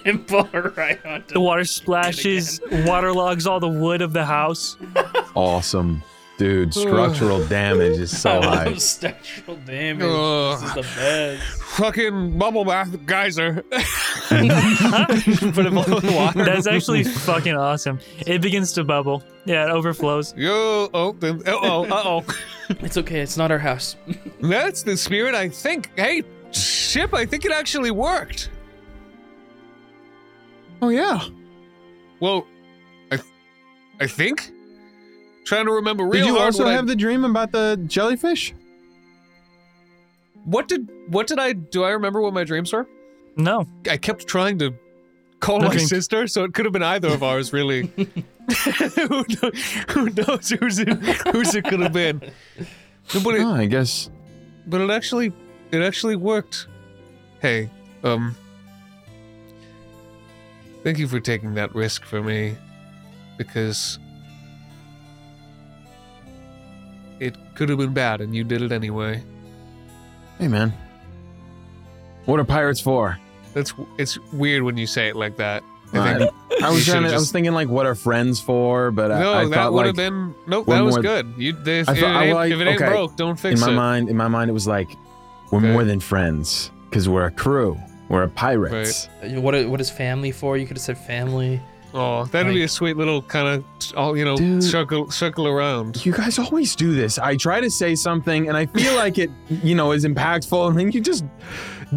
A: and pull her right onto
C: The water splashes, waterlogs all the wood of the house.
D: Awesome. Dude, structural damage is so
A: I
D: high.
A: love structural damage.
E: Ugh.
A: This is the best.
E: Fucking bubble bath geyser. Put him all in the water.
C: That's actually fucking awesome. It begins to bubble. Yeah, it overflows.
E: Yo, oh, then, uh oh, uh oh.
G: It's okay. It's not our house.
E: That's the spirit, I think. Hey, Chip, I think it actually worked.
D: Oh, yeah.
E: Well, I, I think. Trying to remember real
D: Did you
E: hard
D: also
E: what I-
D: have the dream about the jellyfish?
E: what did what did I do? I remember what my dreams were.
C: No.
E: I kept trying to call
C: No
E: my
C: dreams.
E: sister, so it could have been either of ours, really. who, kno- who knows who's it, whose it could have been? But
D: Oh,
E: it,
D: I guess.
E: but it actually it actually worked. Hey, um, thank you for taking that risk for me, because it could have been bad, and you did it anyway.
D: Hey, man. What are pirates for?
E: That's it's weird when you say it like that. I
D: I,
E: think
D: I was
E: You
D: trying to,
E: should've
D: I was
E: just-
D: thinking like, what are friends for? But I,
E: no,
D: I
E: that
D: thought
E: would
D: like
E: have been nope.
D: one
E: That was
D: more-
E: good. You they, if,
D: I
E: it
D: thought- I
E: ain't,
D: like-
E: if it ain't
D: okay.
E: broke, don't
D: in
E: fix
D: my
E: it.
D: mind, in my mind, it was like, we're
E: Okay.
D: more than friends because we're a crew. We're a pirates.
A: Uh,
G: What i- what is family for? You could have said family.
E: Oh, that'd be a sweet little kind of all you know
D: Dude.
E: circle circle around.
D: You guys always do this. I try to say something and I feel like it, you know, is impactful, and then you just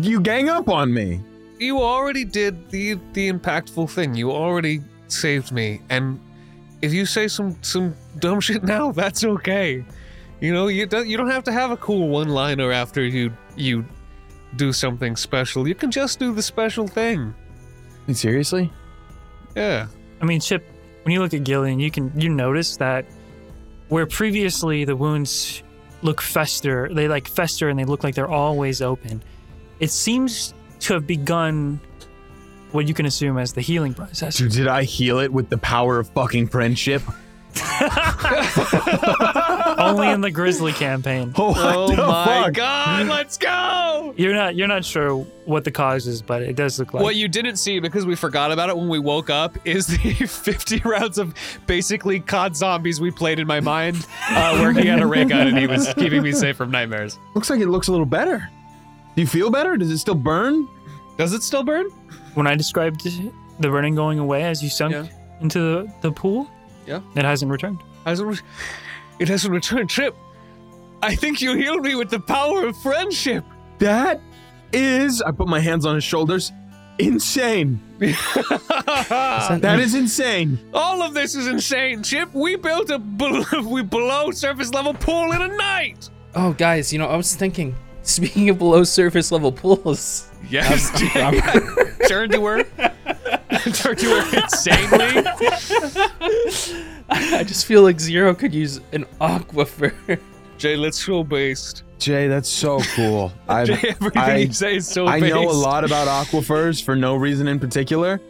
D: you gang up on me.
E: You already did the the impactful thing. You already saved me, and if you say some some dumb shit now, that's okay. You know, you don't you don't have to have a cool one liner after you you do something special. You can just do the special thing.
D: Wait, seriously?
E: Yeah.
C: I mean, Chip, when you look at Gillian, you can you notice that where previously the wounds look fester, they like fester and they look like they're always open. It seems to have begun what you can assume as the healing process.
D: Dude, did I heal it with the power of fucking friendship?
C: Only in the Grizzly campaign.
D: Oh, what
E: Oh
D: the
E: my
D: fuck?
E: god, let's go!
C: You're not you're not sure what the cause is, but it does look like
E: What you didn't see because we forgot about it when we woke up is the 50 rounds of basically COD zombies we played in my mind, uh, where he had a ray gun and he was keeping me safe from nightmares.
D: Looks like it looks a little better. Do you feel better? Does it still burn?
E: Does it still burn?
C: when I described the burning going away as you sunk
E: Yeah.
C: into the, the pool.
E: Yeah.
C: It hasn't returned.
E: Hasn't re- it hasn't returned, Trip. I think you healed me with the power of friendship.
D: That is, I put my hands on his shoulders. Insane. That is insane.
E: All of this is insane, Chip. We built a bel- we below surface level pool in a night.
G: Oh, guys, you know I was thinking. Speaking of below surface level pools,
E: Yes, turn to her. turn to her insanely.
G: I just feel like Zero could use an aquifer.
E: Jay, let's go based.
D: Jay, that's so cool. I,
E: Jay, everything
D: I,
E: you say is so
D: I
E: based.
D: know a lot about aquifers for no reason in particular.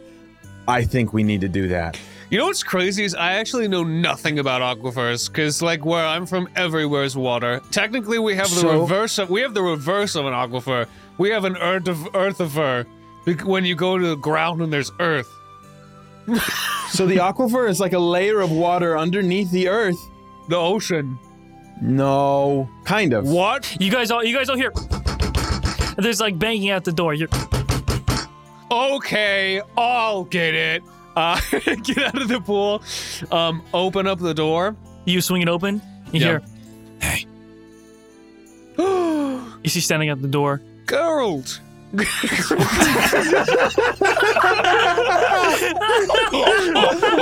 D: I think we need to do that.
E: You know what's crazy is I actually know nothing about aquifers because, like, where I'm from, everywhere's water. Technically, we have the
D: So-
E: reverse of we have the reverse of an aquifer. We have an earth of earthifer. bec- When you go to the ground and there's earth,
D: So the aquifer is like a layer of water underneath the earth.
E: the ocean.
D: No, kind of.
E: What?
C: You guys all, you guys all hear. There's like banging out the door. You're,
E: Okay, I'll get it. Uh, get out of the pool. Um, open up the door.
C: you swing it open. You
E: Yeah.
C: hear. Hey. you see standing at the door.
E: Geralt.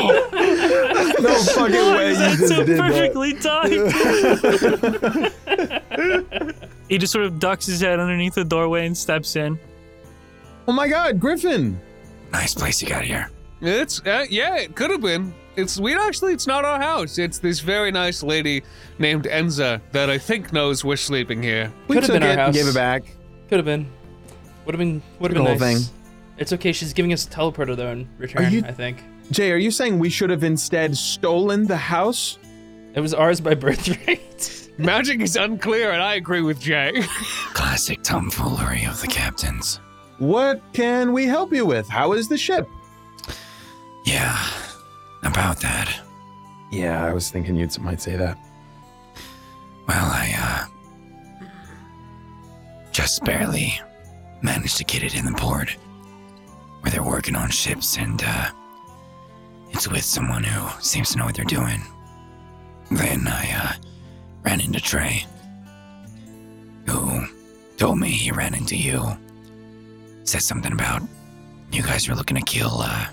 D: No fucking way you
C: That's
D: just
C: so
D: did that.
C: perfectly timed. he just sort of ducks his head underneath the doorway and steps in.
D: Oh my god, Griffin.
F: Nice place you got here.
E: It's uh, yeah, it could have been. It's we actually it's not our house. It's this very nice lady named Enza that I think knows we're sleeping here.
D: We
A: Could've
D: took
A: been our
D: it and
A: house.
D: gave it back.
A: Could have been. Would have been. Would have
D: The
A: been
D: whole
A: nice.
D: thing.
A: It's okay. She's giving us a teleporter though in return.
D: you-
A: I think
D: Jay, are you saying we should have instead stolen the house?
A: it was ours by birthright.
E: Magic is unclear, and I agree with Jay.
F: Classic tomfoolery of the captains.
D: What can we help you with? How is the ship?
F: Yeah, about that.
D: Yeah, I was thinking you might say that.
F: Well, I, uh. Just barely managed to get it in the port where they're working on ships, and, uh. It's with someone who seems to know what they're doing. Then I, uh, ran into Trey, who told me he ran into you. Said something about you guys were looking to kill, uh,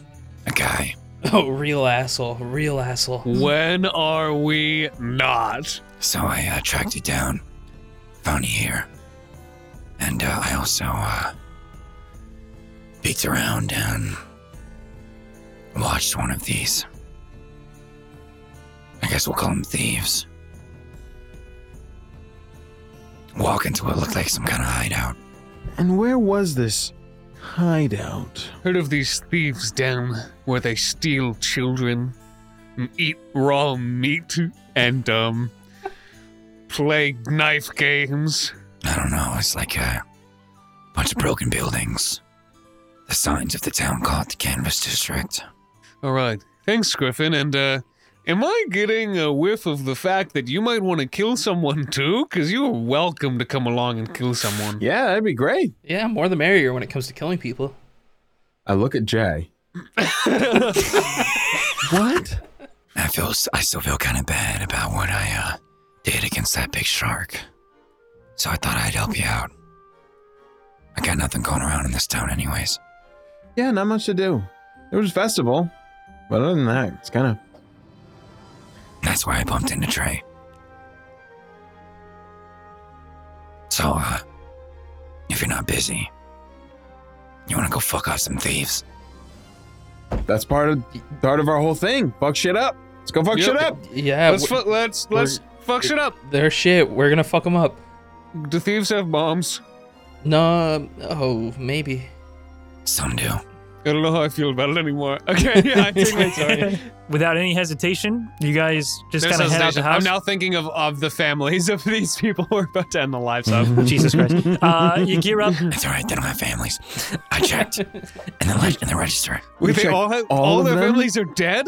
F: a guy.
A: oh, real asshole. Real asshole.
E: when are we not?
F: So I uh, tracked it down, found it here, and uh, I also uh, peeked around and watched one of these. I guess we'll call them thieves. Walk into what looked like some kind of hideout.
D: And where was this hideout?
E: Heard of these thieves down where they steal children, and eat raw meat, and um, play knife games.
F: I don't know, it's like a bunch of broken buildings. The signs of the town called the Canvas District.
E: All right, thanks, Griffin. And uh, am I getting a whiff of the fact that you might want to kill someone too? Because you are welcome to come along and kill someone.
D: Yeah, that'd be great.
A: Yeah, more the merrier when it comes to killing people.
D: I look at Jay. what?
F: I feel s- I still feel kind of bad about what I uh, did against that big shark. So I thought I'd help you out. I got nothing going around in this town, anyways.
D: Yeah, not much to do. There was a festival, but other than that, it's kind of.
F: That's where I bumped into Trey. So, uh, if you're not busy, you want to go fuck off some thieves?
D: That's part of part of our whole thing. Fuck shit up. Let's go fuck
E: Yep.
D: shit up.
A: Yeah.
E: Let's
A: w-
E: fu- let's let's fuck shit up.
A: They're shit. We're gonna fuck them up.
E: Do thieves have bombs?
A: No. Oh, maybe.
F: Some do.
E: I don't know how I feel about it anymore. Okay, yeah, I take my sorry.
C: Without any hesitation, you guys just
E: There's
C: kind of head out the
E: hesitation. I'm
C: house.
E: now thinking of, of the families of these people we're about to end the lives of.
C: Jesus Christ. Uh, you gear up.
F: It's alright, they don't have families. I checked. and the, leg in the register.
E: Wait, they
D: checked
E: all have,
D: all
E: all,
D: of
E: their
D: them?
E: families are dead,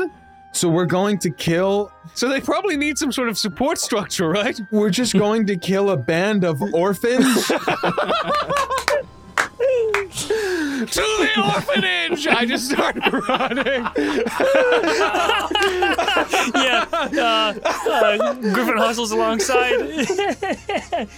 D: So we're going to kill.
E: so they probably need some sort of support structure, right?
D: We're just going to kill a band of orphans.
E: to the orphanage. I just started running.
C: Yeah. Uh, uh, Griffin hustles alongside.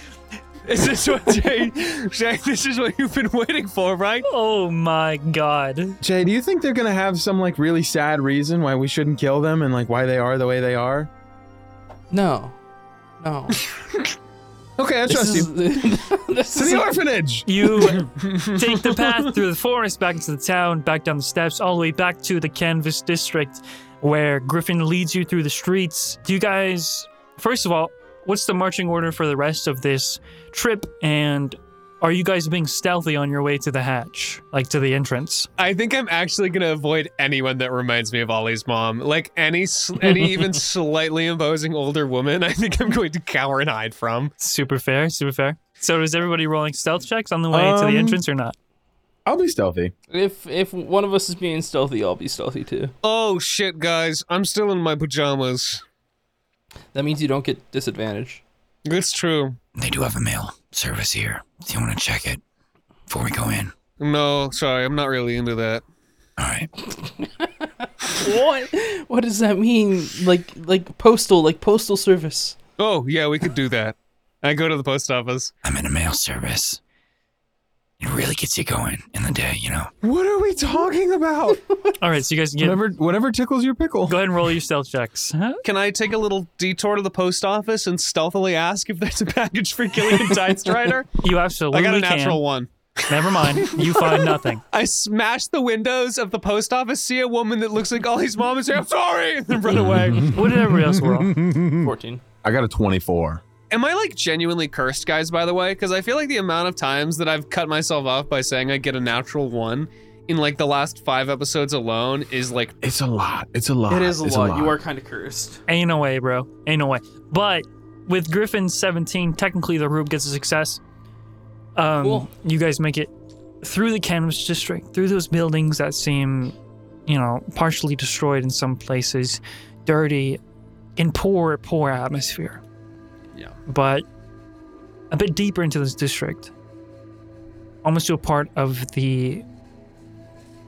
E: Is this what Jay? Jay, this is what you've been waiting for, right?
C: oh my god.
D: Jay, do you think they're gonna have some like really sad reason why we shouldn't kill them and like why they are the way they are?
A: No. No.
D: Okay, I trust you.
A: this
D: To
A: is
D: the orphanage.
C: You take the path through the forest back into the town, back down the steps, all the way back to the canvas district where Griffin leads you through the streets. Do you guys, first of all, what's the marching order for the rest of this trip? And are you guys being stealthy on your way to the hatch, like to the entrance?
E: I think I'm actually gonna avoid anyone that reminds me of Ollie's mom. Like any, sl- any even slightly imposing older woman, I think I'm going to cower and hide from.
C: Super fair, super fair. So is everybody rolling stealth checks on the way to
D: Um,
C: the entrance or not?
D: I'll be stealthy.
A: If if one of us is being stealthy, I'll be stealthy too.
E: Oh shit, guys! I'm still in my pajamas.
A: That means you don't get disadvantage.
E: It's true.
F: They do have a mail service here. Do you want to check it before we go in?
E: No, sorry, I'm not really into that.
F: All right.
A: What? What does that mean? Like like postal, like postal service.
E: Oh yeah, we could do that. I go to the post office.
F: I'm in a mail service. It really gets you going in the day, you know.
D: What are we talking about?
C: All right, so you guys can get,
D: whatever, whatever tickles your pickle.
C: go ahead and roll your stealth checks.
E: Can I take a little detour to the post office and stealthily ask if there's a package for Gillian Dystrider?
C: You
E: I
C: absolutely
E: got a
C: can.
E: natural one.
C: Never mind. You find nothing.
E: I smash the windows of the post office, see a woman that looks like Ollie's mom, and say, I'm sorry, and then run away.
C: What did everybody else roll?
A: Fourteen.
D: I got a 24.
E: Am I like genuinely cursed, guys, by the way? Because I feel like the amount of times that I've cut myself off by saying I get a natural one in like the last five episodes alone is like,
D: It's a lot. It's a lot.
A: It is a
D: It's
A: lot. You are kind of cursed.
C: Ain't no way, bro. Ain't no way. But with Griffin's 17, technically the Rube gets a success. Um,
A: Cool.
C: You guys make it through the Canvas District, through those buildings that seem, you know, partially destroyed in some places, dirty, in poor, poor atmosphere.
E: Yeah.
C: But a bit deeper into this district, almost to a part of the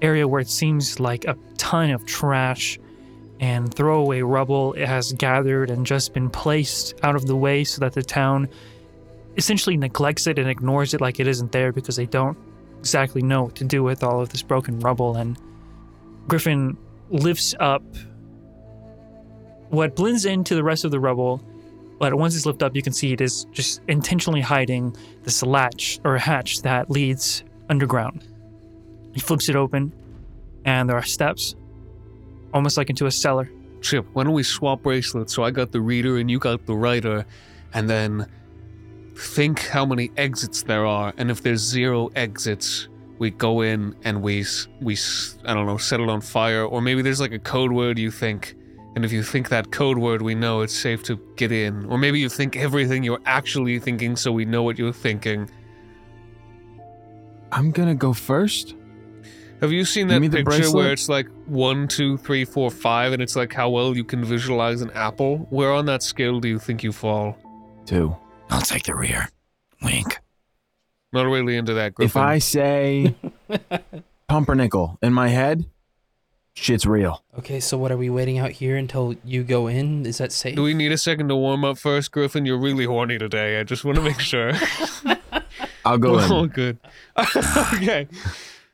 C: area where it seems like a ton of trash and throwaway rubble it has gathered and just been placed out of the way so that the town essentially neglects it and ignores it like it isn't there because they don't exactly know what to do with all of this broken rubble and Griffin lifts up what blends into the rest of the rubble but once it's lifted up you can see it is just intentionally hiding this latch or hatch that leads underground he flips it open and there are steps almost like into a cellar.
E: Chip, why don't we swap bracelets so I got the reader and you got the writer, and then think how many exits there are, and if there's zero exits, we go in and we s- we s- I don't know set it on fire, or maybe there's like a code word you think, and if you think that code word, we know it's safe to get in, or maybe you think everything you're actually thinking, so we know what you're thinking.
D: I'm gonna go first.
E: Have you seen
D: You
E: that
D: mean the
E: picture
D: bracelet?
E: where it's like one, two, three, four, five, and it's like how well you can visualize an apple? Where on that scale do you think you fall?
D: Two.
F: I'll take the rear. Wink.
E: Not really into that, Griffin.
D: If I say pumpernickel in my head, shit's real.
A: Okay, so what are we waiting out here until you go in? Is that safe?
E: Do we need a second to warm up first, Griffin? You're really horny today. I just want to make sure.
D: I'll go
E: oh,
D: in.
E: good. okay.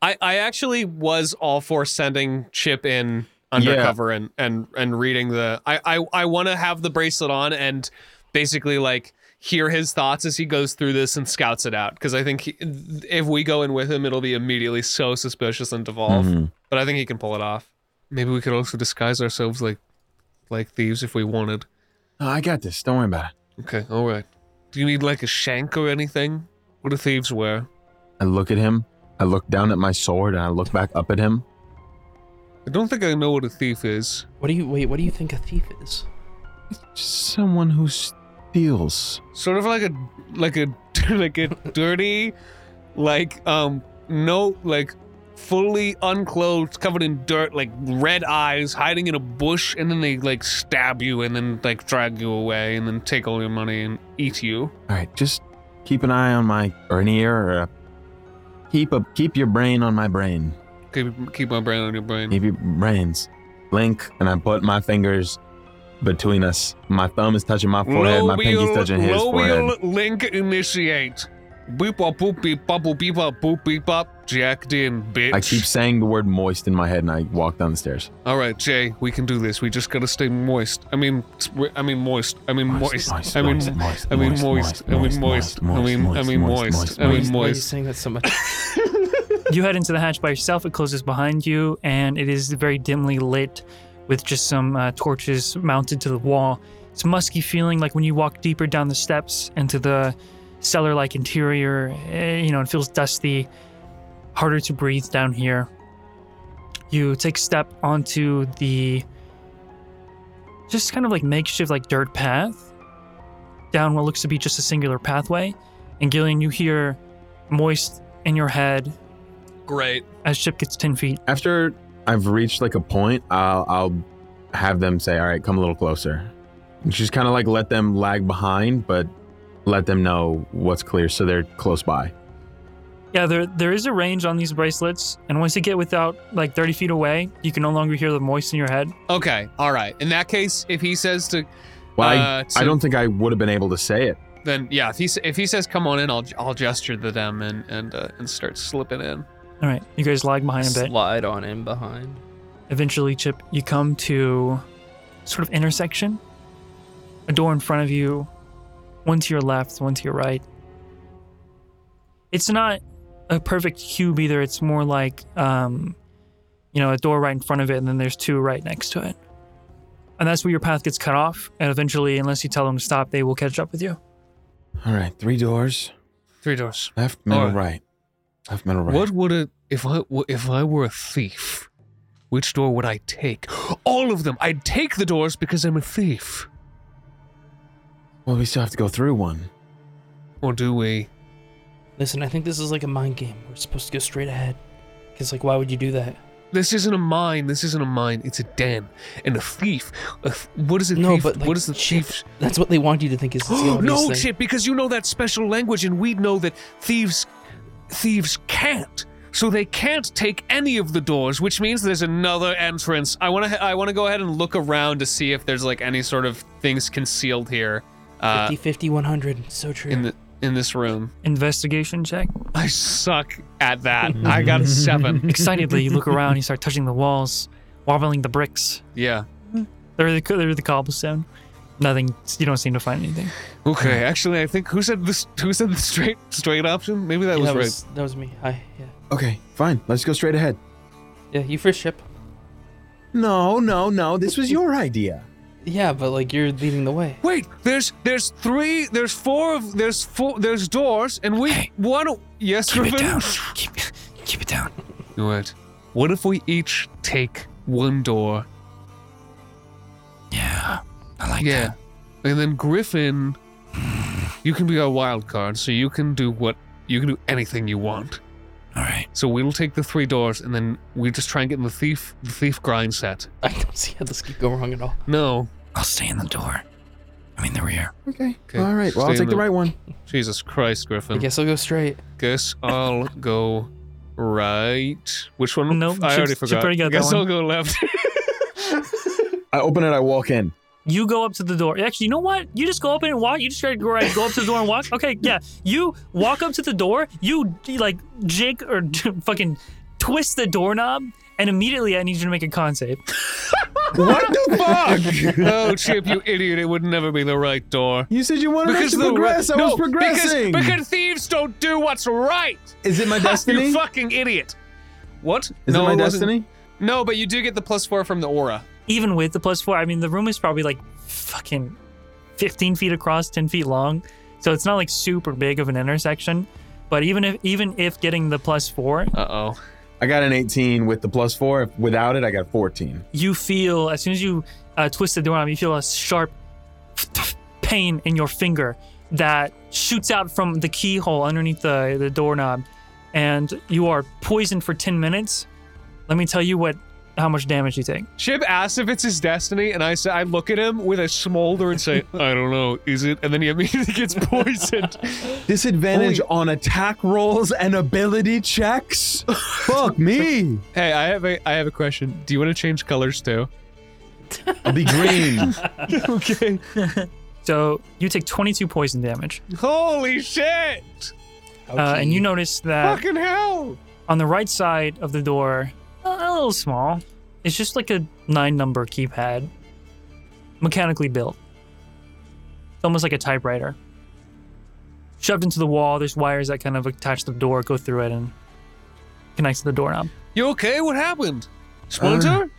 E: I, I actually was all for sending Chip in undercover and, and, and reading the. I, I, I want to have the bracelet on and basically like hear his thoughts as he goes through this and scouts it out. Because I think he, if we go in with him, it'll be immediately so suspicious and devolve. But I think he can pull it off. Maybe we could also disguise ourselves like like thieves if we wanted.
D: Oh, I got this. Don't worry about it.
E: Okay, all right. Do you need like a shank or anything? What do thieves wear?
D: I look at him. I look down at my sword and I look back up at him.
E: I don't think I know what a thief is.
A: What do you wait? What do you think a thief is?
D: Someone who steals.
E: Sort of like a like a like a dirty, like um no like fully unclothed, covered in dirt, like red eyes, hiding in a bush, and then they like stab you and then like drag you away and then take all your money and eat you.
D: All right, just keep an eye on my or an ear or a, keep a keep your brain on my brain.
E: Keep keep my brain on your brain.
D: Keep your brains. Blink, and I put my fingers between us. My thumb is touching my forehead. my pinky's
E: Lobial-
D: touching his forehead.
E: lobial link initiate. Boop a boop beep bop boop beep bop boop beep bop. Jacked in, bitch.
D: I keep saying the word moist in my head, and I walk down the stairs.
E: All right, Jay, we can do this. We just gotta stay moist. I mean, s- I mean moist. I mean moist. I mean,
D: moist,
E: I mean moist. I mean moist. I mean, I mean moist. I mean
A: Why are you
E: moist.
A: saying that so much?
C: You head into the hatch by yourself. It closes behind you, and it is very dimly lit with just some uh, torches mounted to the wall. It's musky feeling like when you walk deeper down the steps into the cellar-like interior. eh, You know, it feels dusty, harder to breathe down here. You take a step onto the just kind of like makeshift like dirt path down what looks to be just a singular pathway. And Gillian, you hear moist in your head
E: Great.
C: as Chip gets 10 feet.
D: After I've reached like a point, I'll, I'll have them say, "All right, come a little closer." And just kind of like let them lag behind, but let them know what's clear, so they're close by.
C: Yeah, there there is a range on these bracelets, and once you get without like 30 feet away, you can no longer hear the moist in your head.
E: Okay. All right. In that case, if he says to,
D: Well, I,
E: Uh, so-
D: I don't think I would have been able to say it.
E: then yeah, if he s- if he says come on in, I'll I'll gesture to them and and uh, and start slipping in.
C: All right, you guys lag behind a bit.
A: Slide on in behind.
C: Eventually, Chip, you come to sort of intersection. A door in front of you, one to your left, one to your right. It's not a perfect cube either. It's more like, um, you know, a door right in front of it, and then there's two right next to it. And that's where your path gets cut off. And eventually, unless you tell them to stop, they will catch up with you.
D: All right, three doors,
E: Three doors.
D: left, middle,
E: All
D: right. left, middle, right.
E: What would it if I w- if I were a thief? Which door would I take? All of them. I'd take the doors because I'm a thief.
D: Well, we still have to go through one.
E: Or do we?
A: Listen, I think this is like a mind game. We're supposed to go straight ahead. Cause like, why would you do that?
E: This isn't a mine. This isn't a mine. It's a den. And a thief. A th- what is a
A: No,
E: thief?
A: but like,
E: what is the
A: Chip,
E: thief's?
A: That's what they want you to think is. is the obvious
E: no,
A: thing.
E: Chip, because you know that special language, and we know that thieves, thieves can't. So they can't take any of the doors, which means there's another entrance. I want to. I want to go ahead and look around to see if there's like any sort of things concealed here. Uh,
A: 50, 50, 100. So true.
E: in the in this room.
C: Investigation check.
E: I suck at that. I got a seven.
C: Excitedly, you look around. You start touching the walls, wobbling the bricks.
E: Yeah.
C: They're the, they're the cobblestone. Nothing. You don't seem to find anything.
E: Okay. Actually, I think who said this? Who said the straight straight option? Maybe that
A: Yeah,
E: was
A: that
E: right.
A: was that was me. Hi. Yeah.
D: Okay, fine. Let's go straight ahead.
A: Yeah. You first, Chip.
D: No, no, no. This was your idea.
A: Yeah, but like you're leading the way.
E: Wait. There's there's three. There's four of there's four there's doors, and we
F: Hey.
E: one. Yes,
F: Keep it
E: Griffin?
F: down. Keep, keep it down.
E: All right. What if we each take one door?
F: Yeah, I like
E: yeah.
F: that.
E: And then Griffin, you can be our wild card, so you can do what you can do anything you want.
F: All right.
E: So we'll take the three doors, and then we just try and get in the thief the thief grind set.
A: I don't see how this could go wrong at all.
E: No,
F: I'll stay in the door. I mean, the rear.
D: Okay.
E: Okay,
D: All right. Well, I'll
E: stay
D: take
E: in
D: the
E: the-
D: right one.
E: Jesus Christ,
A: I
E: Griffin.
A: guess I'll go straight.
E: Guess I'll go right. Which one?
C: Nope,
E: I already
C: Chip's- Chip
E: forgot.
C: already got
E: I guess
C: that one.
E: I'll go left.
D: I open it. I walk in.
C: You go up to the door. Actually, you know what? You just go up and walk. You just gotta go, right, go up to the door and walk. Okay, yeah. You walk up to the door. You like jig or fucking twist the doorknob, and immediately I need you to make a con save.
D: What the fuck?
E: no, Oh, Chip, you idiot! It would never be the right door.
D: You said you wanted us to
E: the
D: progress.
E: right-
D: I was
E: no,
D: progressing.
E: Because, because thieves don't do what's right.
D: Is it my destiny?
E: you fucking idiot. What?
D: Is
E: no,
D: it my
E: it wasn't-
D: destiny?
E: No, but you do get the plus four from the aura.
C: Even with the plus four, I mean the room is probably like fucking fifteen feet across, ten feet long. So it's not like super big of an intersection. But even if even if getting the plus four,
E: Uh oh.
D: I got an 18 with the plus four. Without it, I got 14.
C: you feel as soon as you uh, twist the doorknob, you feel a sharp pain in your finger that shoots out from the keyhole underneath the, the doorknob, and you are poisoned for ten minutes. Let me tell you what how much damage you take.
E: Chip asks if it's his destiny, and I say I look at him with a smolder and say, "I don't know, is it?" And then he immediately gets poisoned.
D: Disadvantage on attack rolls and ability checks. fuck me.
E: hey, I have a I have a question. Do you want to change colors too?
D: I'll be green.
E: okay.
C: So you take twenty-two poison damage,
E: Holy shit!
C: uh, and you notice that
E: Fucking hell!
C: on the right side of the door, a, a little small. It's just like a nine-number keypad, mechanically built, almost like a typewriter. Shoved into the wall, there's wires that kind of attach the door, go through it, and connects to the doorknob.
E: You okay? What happened? Splinter?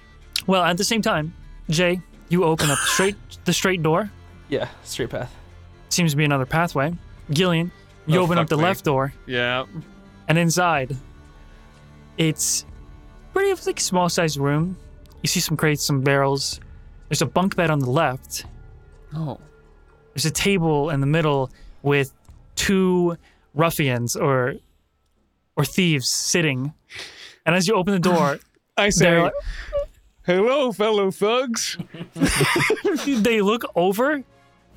C: Well, at the same time, Jay, you open up the straight the straight door.
A: Yeah, straight path.
C: Seems to be another pathway. Gillian, you
E: Oh,
C: open up
E: fuck
C: the
E: me.
C: left door,
E: Yeah.
C: and inside, it's pretty like small sized room. You see some crates, some barrels. There's a bunk bed on the left.
A: Oh.
C: There's a table in the middle with two ruffians or or thieves sitting. And as you open the door,
E: I
C: they're
E: say,
C: like-
E: hello, fellow thugs.
C: they look over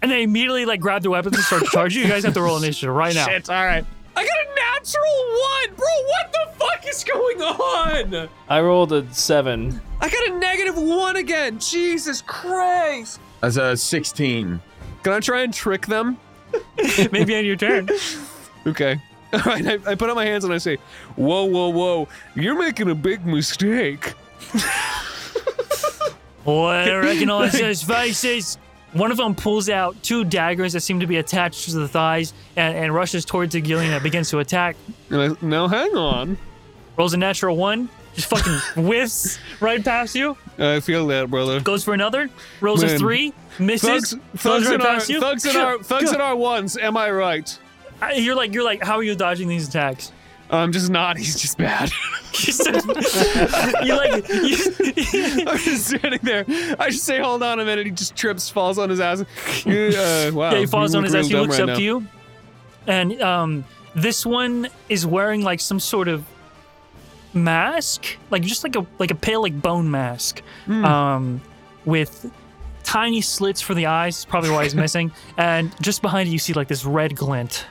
C: and they immediately like grab their weapons and start to charge you. You guys have to roll initiative right now.
E: Shit, all right.
A: I got a natural one, bro. What the fuck is going on? I rolled a seven.
E: I got a negative one again. Jesus Christ.
D: As a 16.
E: Can I try and trick them?
C: Maybe on your turn.
E: Okay. All right, I, I put out my hands and I say, whoa, whoa, whoa, you're making a big mistake.
C: Boy, I recognize those faces. One of them pulls out two daggers that seem to be attached to the thighs and, and rushes towards the Gillian and begins to attack.
E: And I, now hang on.
C: Rolls a natural one, just fucking whiffs right past you.
E: I feel that, brother.
C: Goes for another, rolls a
E: Man.
C: three, misses,
E: Thugs,
C: goes
E: thugs
C: right
E: in our,
C: past you.
E: thugs in our, thugs in our ones. Am I right?
C: I- You're like, you're like, how are you dodging these attacks?
E: I'm just not. He's just bad.
C: you like, you,
E: I'm just standing there. I just say, hold on a minute. He just trips, falls on his ass. You, uh, wow.
C: Yeah, he falls
E: you
C: on
E: look
C: his
E: real
C: ass. He
E: dumb
C: looks
E: right
C: up
E: now.
C: to you, and um, this one is wearing like some sort of mask, like just like a like a pale like bone mask, um, with tiny slits for the eyes. Probably why he's missing. And just behind it, you see like this red glint,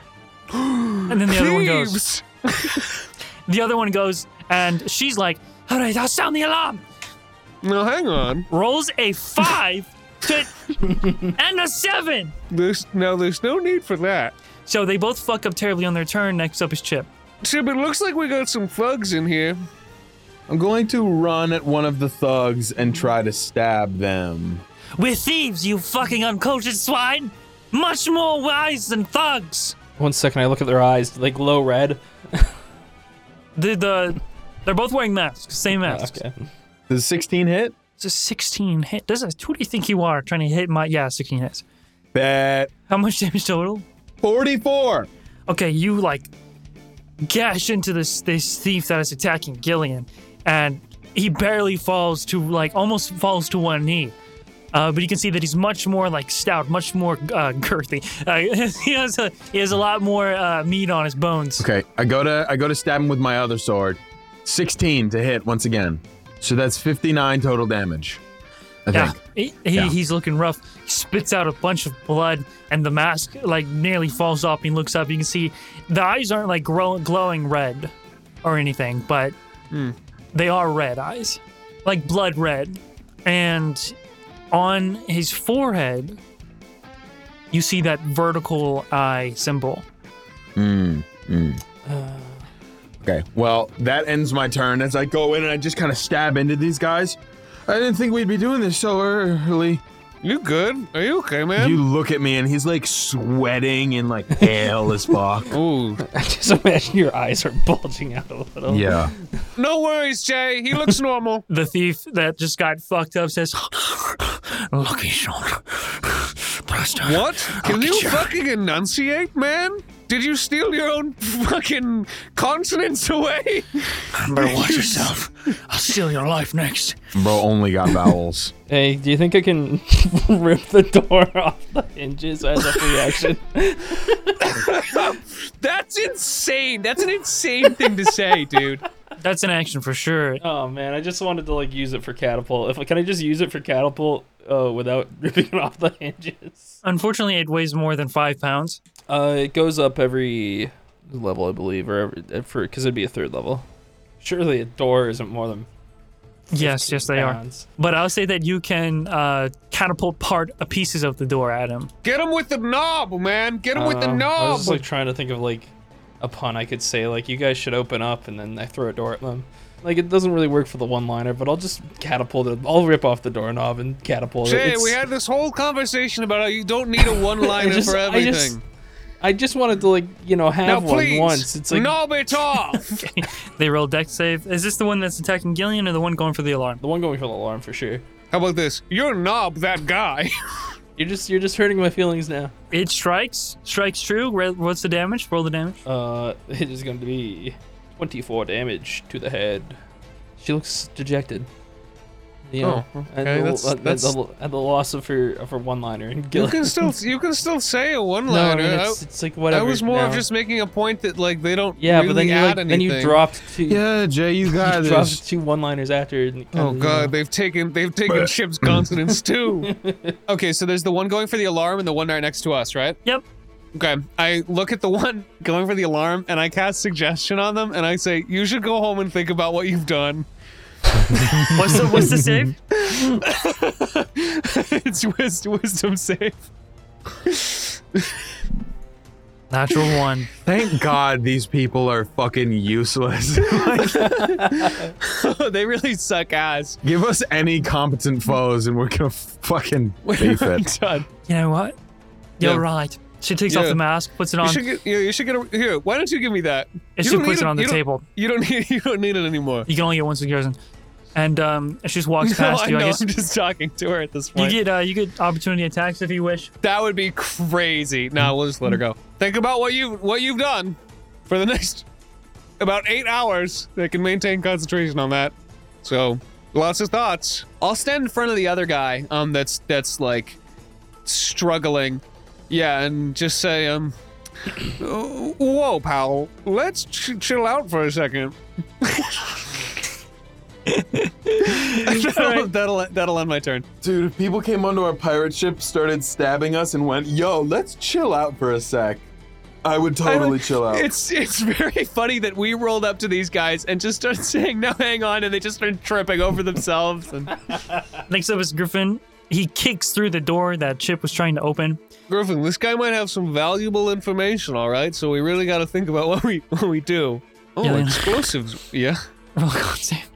C: and then the other one goes.
E: Thieves!
C: The other one goes, and she's like, "All right, I'll sound the alarm."
E: Now hang on.
C: Rolls a five to, and a seven.
E: There's now there's no need for that.
C: So they both fuck up terribly on their turn. Next up is Chip.
E: Chip, it looks like we got some thugs in here.
D: I'm going to run at one of the thugs and try to stab them.
C: We're thieves, you fucking uncultured swine! Much more wise than thugs!
A: One second, I look at their eyes, like low red.
C: The, the, they're both wearing masks, same masks.
A: Okay.
D: Does 16 hit?
C: It's a 16 hit. Does it, who do you think you are trying to hit my. Yeah, 16 hits.
D: Bet
C: How much damage total?
D: 44.
C: Okay, you like gash into this, this thief that is attacking Gillian, and he barely falls to like almost falls to one knee. Uh, but you can see that he's much more like stout, much more uh, girthy. Uh, he has a he has a lot more uh, meat on his bones.
D: Okay, I go to I go to stab him with my other sword. 16 to hit once again. So that's 59 total damage. I
C: Yeah,
D: think.
C: he, he,
D: Yeah.
C: he's looking rough. He spits out a bunch of blood, and the mask like nearly falls off. He looks up. You can see the eyes aren't like grow- glowing red or anything, but they are red eyes, like blood red. And on his forehead, you see that vertical eye symbol.
D: Okay. Well, that ends my turn as I go in and I just kind of stab into these guys. I didn't think we'd be doing this so early.
E: You good? Are you okay, man?
D: You look at me and he's like sweating and like pale as fuck.
E: Ooh.
A: I just imagine your eyes are bulging out a little.
D: Yeah.
E: No worries, Jay. He looks normal.
C: The thief that just got fucked up says,
F: Lucky shot. Blast off.
E: What? Can you
F: Sure.
E: fucking enunciate, man? Did you steal your own fucking consonants away?
F: Better watch yourself.
C: "I'll steal your life next."
D: Bro only got vowels.
A: Hey, do you think I can rip the door off the hinges as a reaction?
E: That's insane. That's an insane thing to say, dude.
C: That's an action for sure.
A: oh man, I just wanted to like use it for catapult. If can I just use it for catapult uh, without ripping it off the hinges?
C: Unfortunately, it weighs more than five pounds.
A: Uh, it goes up every level, I believe, or every, for because it'd be a third level. Surely a door isn't more than
C: Yes, yes, they are.
A: pounds.
C: But I'll say that you can uh, catapult part uh, pieces of the door at him.
E: Get him with the knob, man. Get him with the
A: Um, I was
E: knob.
A: just like trying to think of like a pun I could say, like you guys should open up, and then I throw a door at them. Like it doesn't really work for the one-liner, but I'll just catapult it. I'll rip off the doorknob and catapult it.
E: Jay,
A: It's-
E: we had this whole conversation about how you don't need a
A: I
E: one-liner
A: just-
E: for
A: I
E: everything.
A: just- I just wanted to like you know
E: now,
A: have one
E: please,
A: once. It's like
E: knob it off.
C: They roll deck save. Is this the one that's attacking Gillian or the one going for the alarm?
A: the one going for the alarm for sure.
E: How about this? You're knob that guy.
A: You're just you're just hurting my feelings now.
C: It strikes. Strikes true. Re- What's the damage? Roll the damage.
A: Uh, it is going to be 24 damage to the head. She looks dejected. Yeah,
E: Oh,
A: at,
E: okay,
A: the,
E: that's-
A: at,
E: that's-
A: the, at the loss of her of her one liner and
E: You
A: Gillian.
E: can still you can still say a one
A: no, I
E: liner.
A: mean, it's, it's like whatever.
E: I was more of
A: now.
E: just making a point that like they don't
A: yeah,
E: really
A: but then you
E: add
A: like,
E: anything.
A: then you dropped two
D: Yeah, Uh, Jay, you got
A: you
D: this.
A: dropped two one liners after. And it
E: Oh
A: kinda-
E: god, they've taken they've taken ship's consonants too. okay, so there's the one going for the alarm and the one right next to us, right?
C: Yep.
E: Okay, I look at the one going for the alarm and I cast suggestion on them and I say, "You should go home and think about what you've done."
C: What's the What's the save?
E: it's wis- wisdom save.
C: Natural one.
D: Thank God these people are fucking useless.
E: they really suck ass.
D: Give us any competent foes and we're gonna fucking beef it.
E: Done.
C: You know what? You're
E: Yeah.
C: right. She takes off
E: Yeah.
C: the mask, puts it
E: You
C: on,
E: should get you, you should get a, here. Why don't you give me that?
C: and
E: you
C: she
E: don't
C: puts it
E: need it-
C: on the
E: you don't-
C: table.
E: You don't need you don't need it anymore.
C: You can only get one suggestion. And um, she just walks
E: No,
C: past
E: I
C: you.
E: know.
C: I guess
E: I'm just talking to her at this
C: you
E: point.
C: get uh, you get opportunity attacks if you wish.
E: That would be crazy. No, we'll just let her go. Think about what you what you've done for the next about eight hours. They can maintain concentration on that. So lots of thoughts. I'll stand in front of the other guy. Um, that's that's like struggling. Yeah, and just say um, whoa, pal. Let's ch- chill out for a second. that'll, that'll that'll end my turn.
D: Dude, if people came onto our pirate ship, started stabbing us, and went, yo, let's chill out for a sec, I would
E: I don't- It's it's very funny that we rolled up to these guys and just started saying no, hang on, and they just started tripping over themselves. And
C: Next up is Griffin. He kicks through the door that Chip was trying to open.
E: Griffin, this guy might have some valuable information. All right, so we really got to think about what we what we do. Oh,
C: Yeah, yeah.
E: explosives. Yeah.
C: Oh God, save.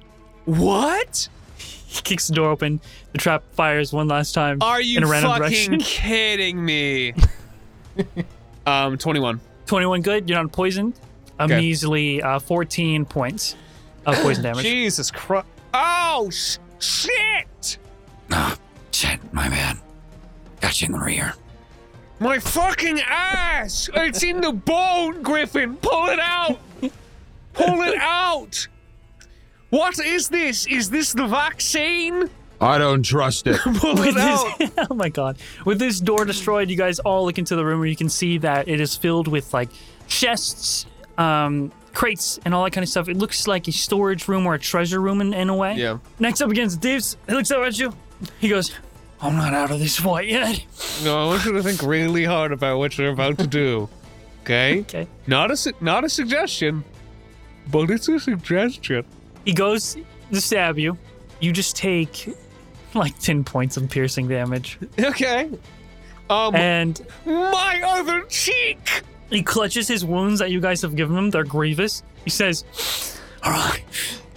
E: What?
C: He kicks the door open. The trap fires one last time.
E: Are you
C: in a random
E: fucking
C: direction.
E: kidding me? um, twenty-one.
C: 21 good. You're not poisoned. A
E: Okay.
C: measly uh, 14 points of poison damage.
E: Jesus Christ! Oh sh- shit!
F: Oh, shit, my bad. Got you in the rear.
E: My fucking ass! It's in the bone, Griffin! Pull it out! Pull it out! What is this? Is this the vaccine?
D: I don't trust it.
E: Pull
C: With
E: it
C: this,
E: out!
C: oh my god. With this door destroyed, you guys all look into the room where you can see that it is filled with like chests, um, crates, and all that kind of stuff. It looks like a storage room or a treasure room in, in a way.
E: Yeah.
C: Next up against Divs, he looks up at you. He goes, I'm not out of this fight yet.
E: No, I want you to think really hard about what you're about to do. Okay?
C: Okay.
E: Not a su- not a suggestion, but it's a suggestion.
C: He goes to stab you. You just take like 10 points of piercing damage.
E: Okay. Um,
C: And
E: my other cheek.
C: He clutches his wounds that you guys have given him. They're grievous. He says, "All right,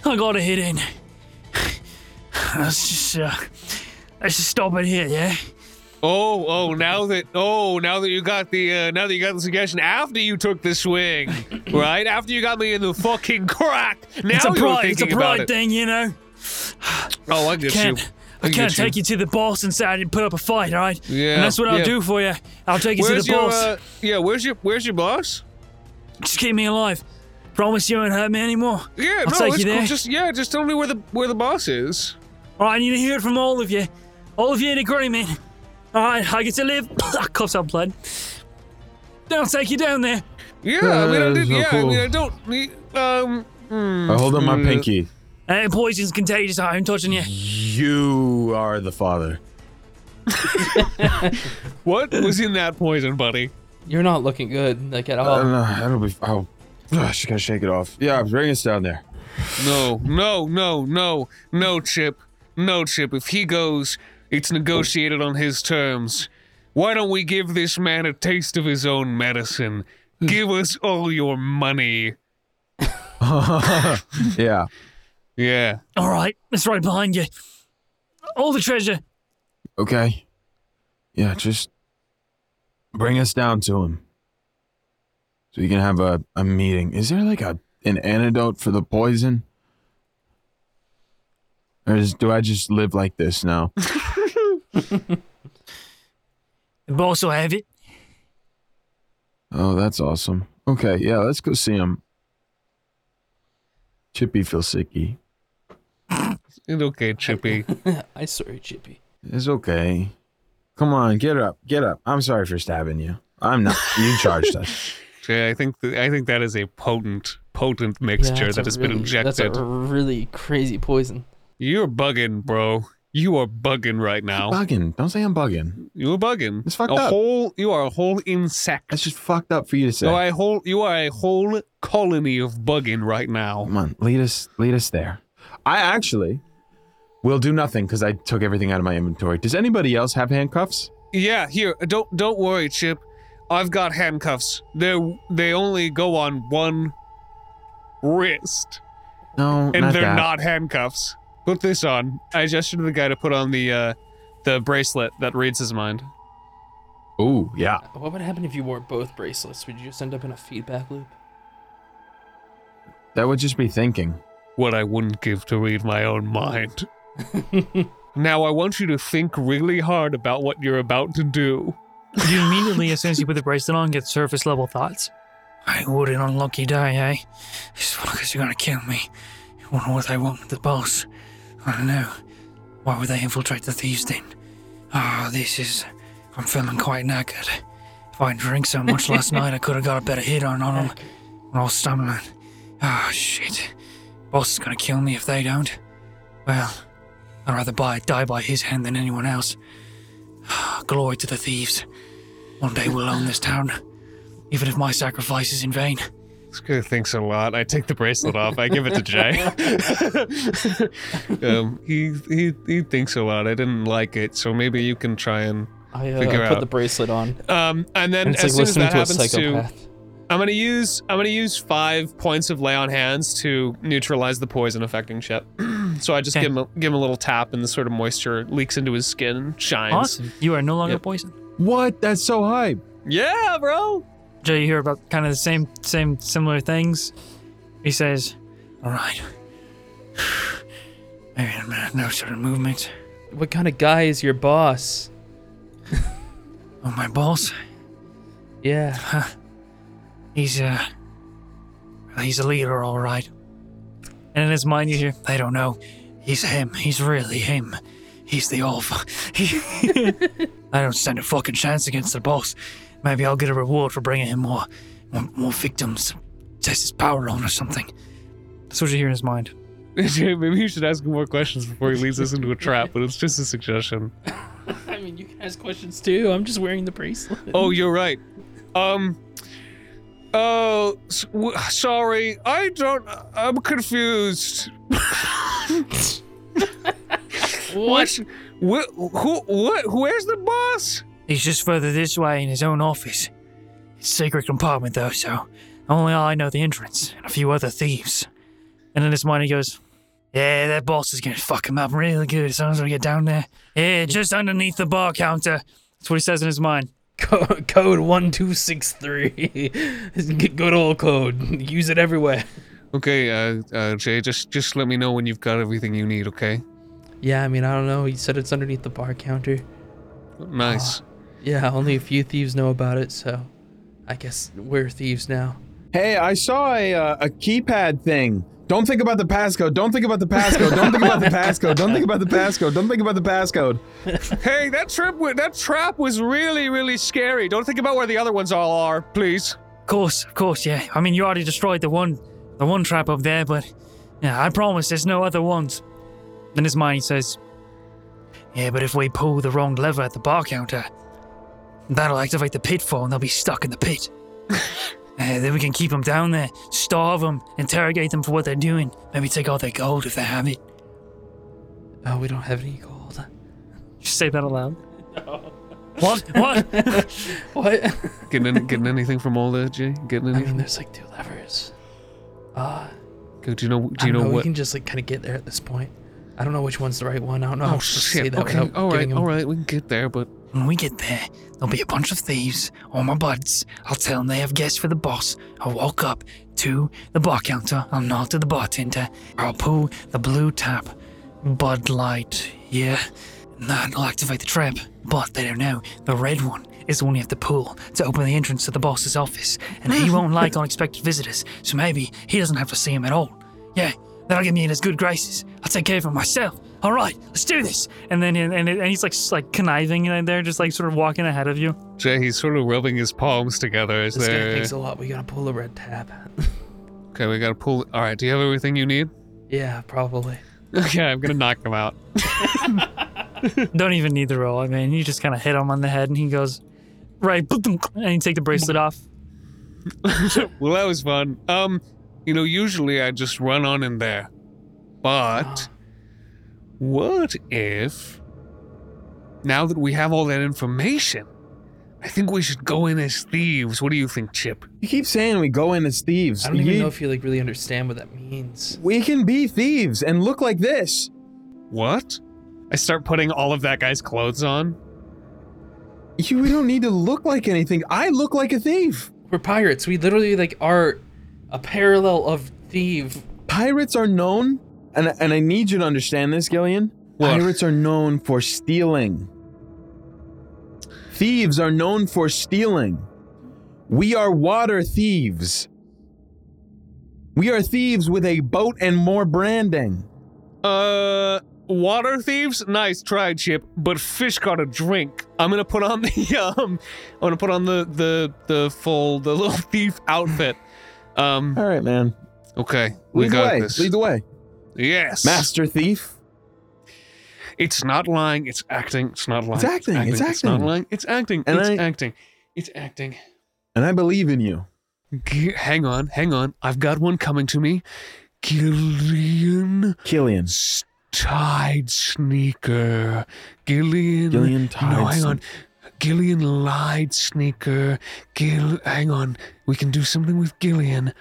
C: I gotta hit in. Let's just, uh, let's just stop it here, yeah."
E: Oh, oh! Now that, oh, now that you got the, uh, now that you got the suggestion after you took the swing, right? After you got me in the fucking crack. Now
C: It's a
E: you're
C: pride,
E: thinking
C: it's a
E: about
C: pride
E: it.
C: thing, you know.
E: Oh, I get
C: Can't,
E: you.
C: I
E: get
C: can't take you to the boss and say I didn't put up a fight, all right?
E: Yeah,
C: And that's what
E: yeah.
C: I'll do for you. I'll take you
E: Where's
C: to the
E: your,
C: boss.
E: uh, yeah? Where's your, where's your boss?
C: Just keep me alive. Promise you won't hurt me anymore.
E: Yeah,
C: I'll
E: no,
C: take
E: it's
C: you
E: cool.
C: there.
E: Just yeah, just tell me where the where the boss is.
C: All right, I need to hear it from all of you. All of you in agreement. All right, I get to live. Ah, Coughs out blood. Then I'll take you down there.
E: Yeah, I
C: Uh,
D: Yeah,
E: mean, I did,
D: so
E: yeah, I mean,
D: cool.
E: I don't need, um, hmm,
D: I hold up my
E: yeah.
D: pinky.
C: And poison's contagious. I'm touching you.
D: You are the father.
E: What was in that poison, buddy?
A: You're not looking good, like at all.
E: Um,
D: Uh, no, that'll be. Oh, I just gotta shake it off. Yeah, bring us down there.
E: No, no, no, no, no, Chip, no, Chip. If he goes, it's negotiated on his terms. Why don't we give this man a taste of his own medicine? Give us all your money.
D: Yeah.
E: Yeah.
C: All right, it's right behind you. All the treasure.
D: Okay. Yeah, just bring us down to him. So we can have a, a meeting. Is there like a an antidote for the poison? Or is, do I just live like this now?
C: We also have it.
D: Oh, that's awesome. Okay, yeah, let's go see him. Chippy feels sicky.
E: It's okay, Chippy.
A: I sorry, Chippy.
D: It's okay. Come on, get up, get up. I'm sorry for stabbing you. I'm not. You charged us.
E: Yeah, I think th- I think that is a potent, potent mixture that has been
A: That's a
E: injected.
A: really crazy poison.
E: You're bugging, bro. You are bugging right now.
D: Bugging. Don't say I'm bugging.
E: You are bugging.
D: It's fucked
E: a
D: up.
E: whole. You are a whole insect.
D: That's just fucked up for you to say.
E: You are a whole. You are a whole colony of bugging right now.
D: Come on, lead us, lead us there. I actually will do nothing because I took everything out of my inventory. Does anybody else have handcuffs?
E: Yeah, here. Don't don't worry, Chip. I've got handcuffs. They are they only go on one wrist,
D: No,
E: and
D: not
E: they're
D: that.
E: not handcuffs. Put this on. I gestured to the guy to put on the uh, the bracelet that reads his mind.
D: Ooh, yeah.
A: What would happen if you wore both bracelets? Would you just end up in a feedback loop?
D: That would just be thinking.
E: What I wouldn't give to read my own mind. now I want you to think really hard about what you're about to do.
C: You immediately, as soon as you put the bracelet on, get surface level thoughts. I would an unlucky die, eh? It's because you're gonna kill me. You wonder what I want with the boss. I don't know. Why would they infiltrate the thieves then? Ah, this is. I'm feeling quite knackered. If I drank so much last night, I could have got a better hit on on them. When I was stumbling. Ah, shit. Boss is gonna kill me if they don't. Well, I'd rather buy, die by his hand than anyone else. Ah, Glory to the thieves. One day we'll own this town, even if my sacrifice is in vain.
E: This guy thinks a lot. I take the bracelet off. I give it to Jay. um, he, he he thinks a lot. I didn't like it, so maybe you can try and
A: I uh,
E: Figure
A: put
E: out.
A: the bracelet on.
E: um, and then
A: And it's
E: as
A: like
E: soon
A: listening
E: as
A: to a
E: that happens to,
A: psychopath.
E: I'm gonna use I'm gonna use five points of lay on hands to neutralize the poison affecting Shep. so I just
C: Okay.
E: give him a, give him a little tap, and the sort of moisture leaks into his skin and shines.
C: Awesome. You are no longer
E: Yep.
C: poisoned.
D: What? That's so hype.
E: Yeah, bro.
C: Jay, you hear about kind of the same, same, similar things. He says, "All right, maybe I'm gonna no certain movements."
A: What kind of guy is your boss?
C: Oh, my boss,
A: Yeah.
C: he's uh, he's a leader, all right. And in his mind, you hear, "They don't know. He's him. He's really him. He's the alpha." I don't stand a fucking chance against the boss. Maybe I'll get a reward for bringing him more, more, more victims. Test his power on or something. That's what you hear in his mind.
E: Jay, maybe you should ask him more questions before he leads us into a trap. But it's just a suggestion.
A: I mean, you can ask questions too. I'm just wearing the bracelet.
E: Oh, you're right. Um. Oh, s- w- sorry. I don't. I'm confused.
A: What?
E: Wh- who? What? Where's the boss?
C: He's just further this way in his own office. It's a secret compartment, though, so only I know the entrance and a few other thieves. And in his mind, he goes, Yeah, that boss is gonna fuck him up really good as soon as we get down there. Yeah, just underneath the bar counter. That's what he says in his mind.
A: Co- code 1263. Good old code. Use it everywhere.
E: Okay, uh, uh, Jay, just just let me know when you've got everything you need. Okay.
A: Yeah, I mean, I don't know. He said it's underneath the bar counter.
E: Nice.
A: Yeah, only a few thieves know about it, so I guess we're thieves now.
D: Hey, I saw a uh, a keypad thing. Don't think about the passcode. Don't think about the passcode. Don't think about the passcode. Don't think about the passcode. Don't think about the passcode.
E: Hey, that trip. wa- that trap was really, really scary. Don't think about where the other ones all are, please.
C: Of course, of course, yeah. I mean, you already destroyed the one, the one trap up there, but yeah, I promise there's no other ones. Then his mind says, "Yeah, but if we pull the wrong lever at the bar counter, that'll activate the pitfall, and they'll be stuck in the pit. Uh, then we can keep them down there, starve them, interrogate them for what they're doing, maybe take all their gold if they have it."
A: Oh, we don't have any gold.
C: Just say that aloud. What? What?
A: What?
E: Getting any, getting anything from all that, Jay? Getting
A: I mean,
E: anything?
A: there's like two levers. Uh,
E: Do you know? Do
A: I don't
E: you know
A: know, we
E: what?
A: can just like kind of get there at this point. I don't know which one's the right one. I don't know how
E: Oh
A: to say
E: shit!
A: that
E: Okay.
A: without
E: All right.
A: giving him-
E: All right. We can get there, but
C: When we get there, there'll be a bunch of thieves, all my buds. I'll tell them they have guests for the boss. I'll walk up to the bar counter. I'll nod to the bartender. I'll pull the blue tap. Bud Light, yeah. And that'll activate the trap. But they don't know. The red one is the one you have to pull to open the entrance to the boss's office, and he won't like unexpected visitors, so maybe he doesn't have to see him at all. Yeah, that'll get me in his good graces. I'll take care of him myself. All right, let's do this. And then and, and he's like s- like conniving in there, just like sort of walking ahead of you.
E: Jay, he's sort of rubbing his palms together. Is
A: This guy
E: there?
A: thinks a lot. We gotta pull a red tab.
E: Okay, we gotta pull. All right, do you have everything you need?
A: yeah, probably.
E: Okay, I'm gonna knock him out.
C: Don't even need the roll. I mean, you just kind of hit him on the head, and he goes right, and you take the bracelet off.
E: Well, that was fun. Um, you know, usually I just run on in there, but what if now that we have all that information, I think we should go in as thieves. What do you think, Chip?
D: You keep saying we go in as thieves.
A: I don't even
D: Ye-
A: know if you like really understand what that means.
D: we can be thieves and look like this.
E: What? I start putting all of that guy's clothes on.
D: You we don't need to look like anything. I look like a thief.
A: We're pirates. We literally like are a parallel of thief.
D: Pirates are known, and and I need you to understand this, Gillian.
E: What?
D: Pirates are known for stealing. Thieves are known for stealing. We are water thieves. We are thieves with a boat and more branding.
E: Uh, water thieves. Nice try, Chip. But fish got a drink. I'm gonna put on the um, I'm gonna put on the the the full the little thief outfit. Um.
D: All right, man.
E: Okay,
D: Uh,
E: we
D: Lead the
E: got
D: way.
E: this.
D: Lead the way.
E: yes,
D: Master thief.
E: It's not lying. It's acting. It's not lying.
D: It's acting, it's
E: It's not
D: acting.
E: lying. It's acting.
D: And
E: it's
D: I-
E: acting. It's acting.
D: And I believe in you.
E: G- hang on, hang on. I've got one coming to me. Gillian
D: Killian.
E: S- Tide Sneaker. Gillian.
D: Gillian Tide
E: No, hang
D: Sne-
E: on. Gillian Lied Sneaker. Gil. Hang on. We can do something with Gillian.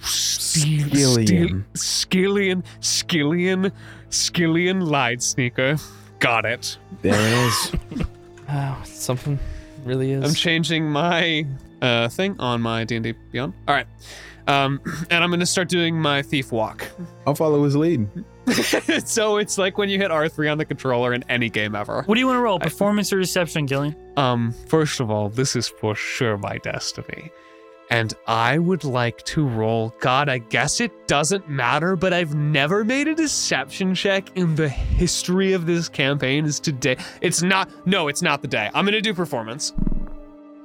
E: Steal,
D: Skillian.
E: Skillian. Skillian. Skillian Lied Sneaker. Got it.
D: There it is.
A: Oh,
G: Ah,
A: something really is.
E: I'm changing my uh, thing on my D&D Beyond. All right. Um, and I'm going to start doing my thief walk.
D: I'll follow his lead.
E: so it's like when you hit R3 on the controller in any game ever.
C: What do you want to roll? Performance or deception, Gillian?
E: Um, first of all, this is for sure my destiny. And I would like to roll. God, I guess it doesn't matter, but I've never made a deception check in the history of this campaign. Is today? It's not. No, it's not the day. I'm gonna do performance.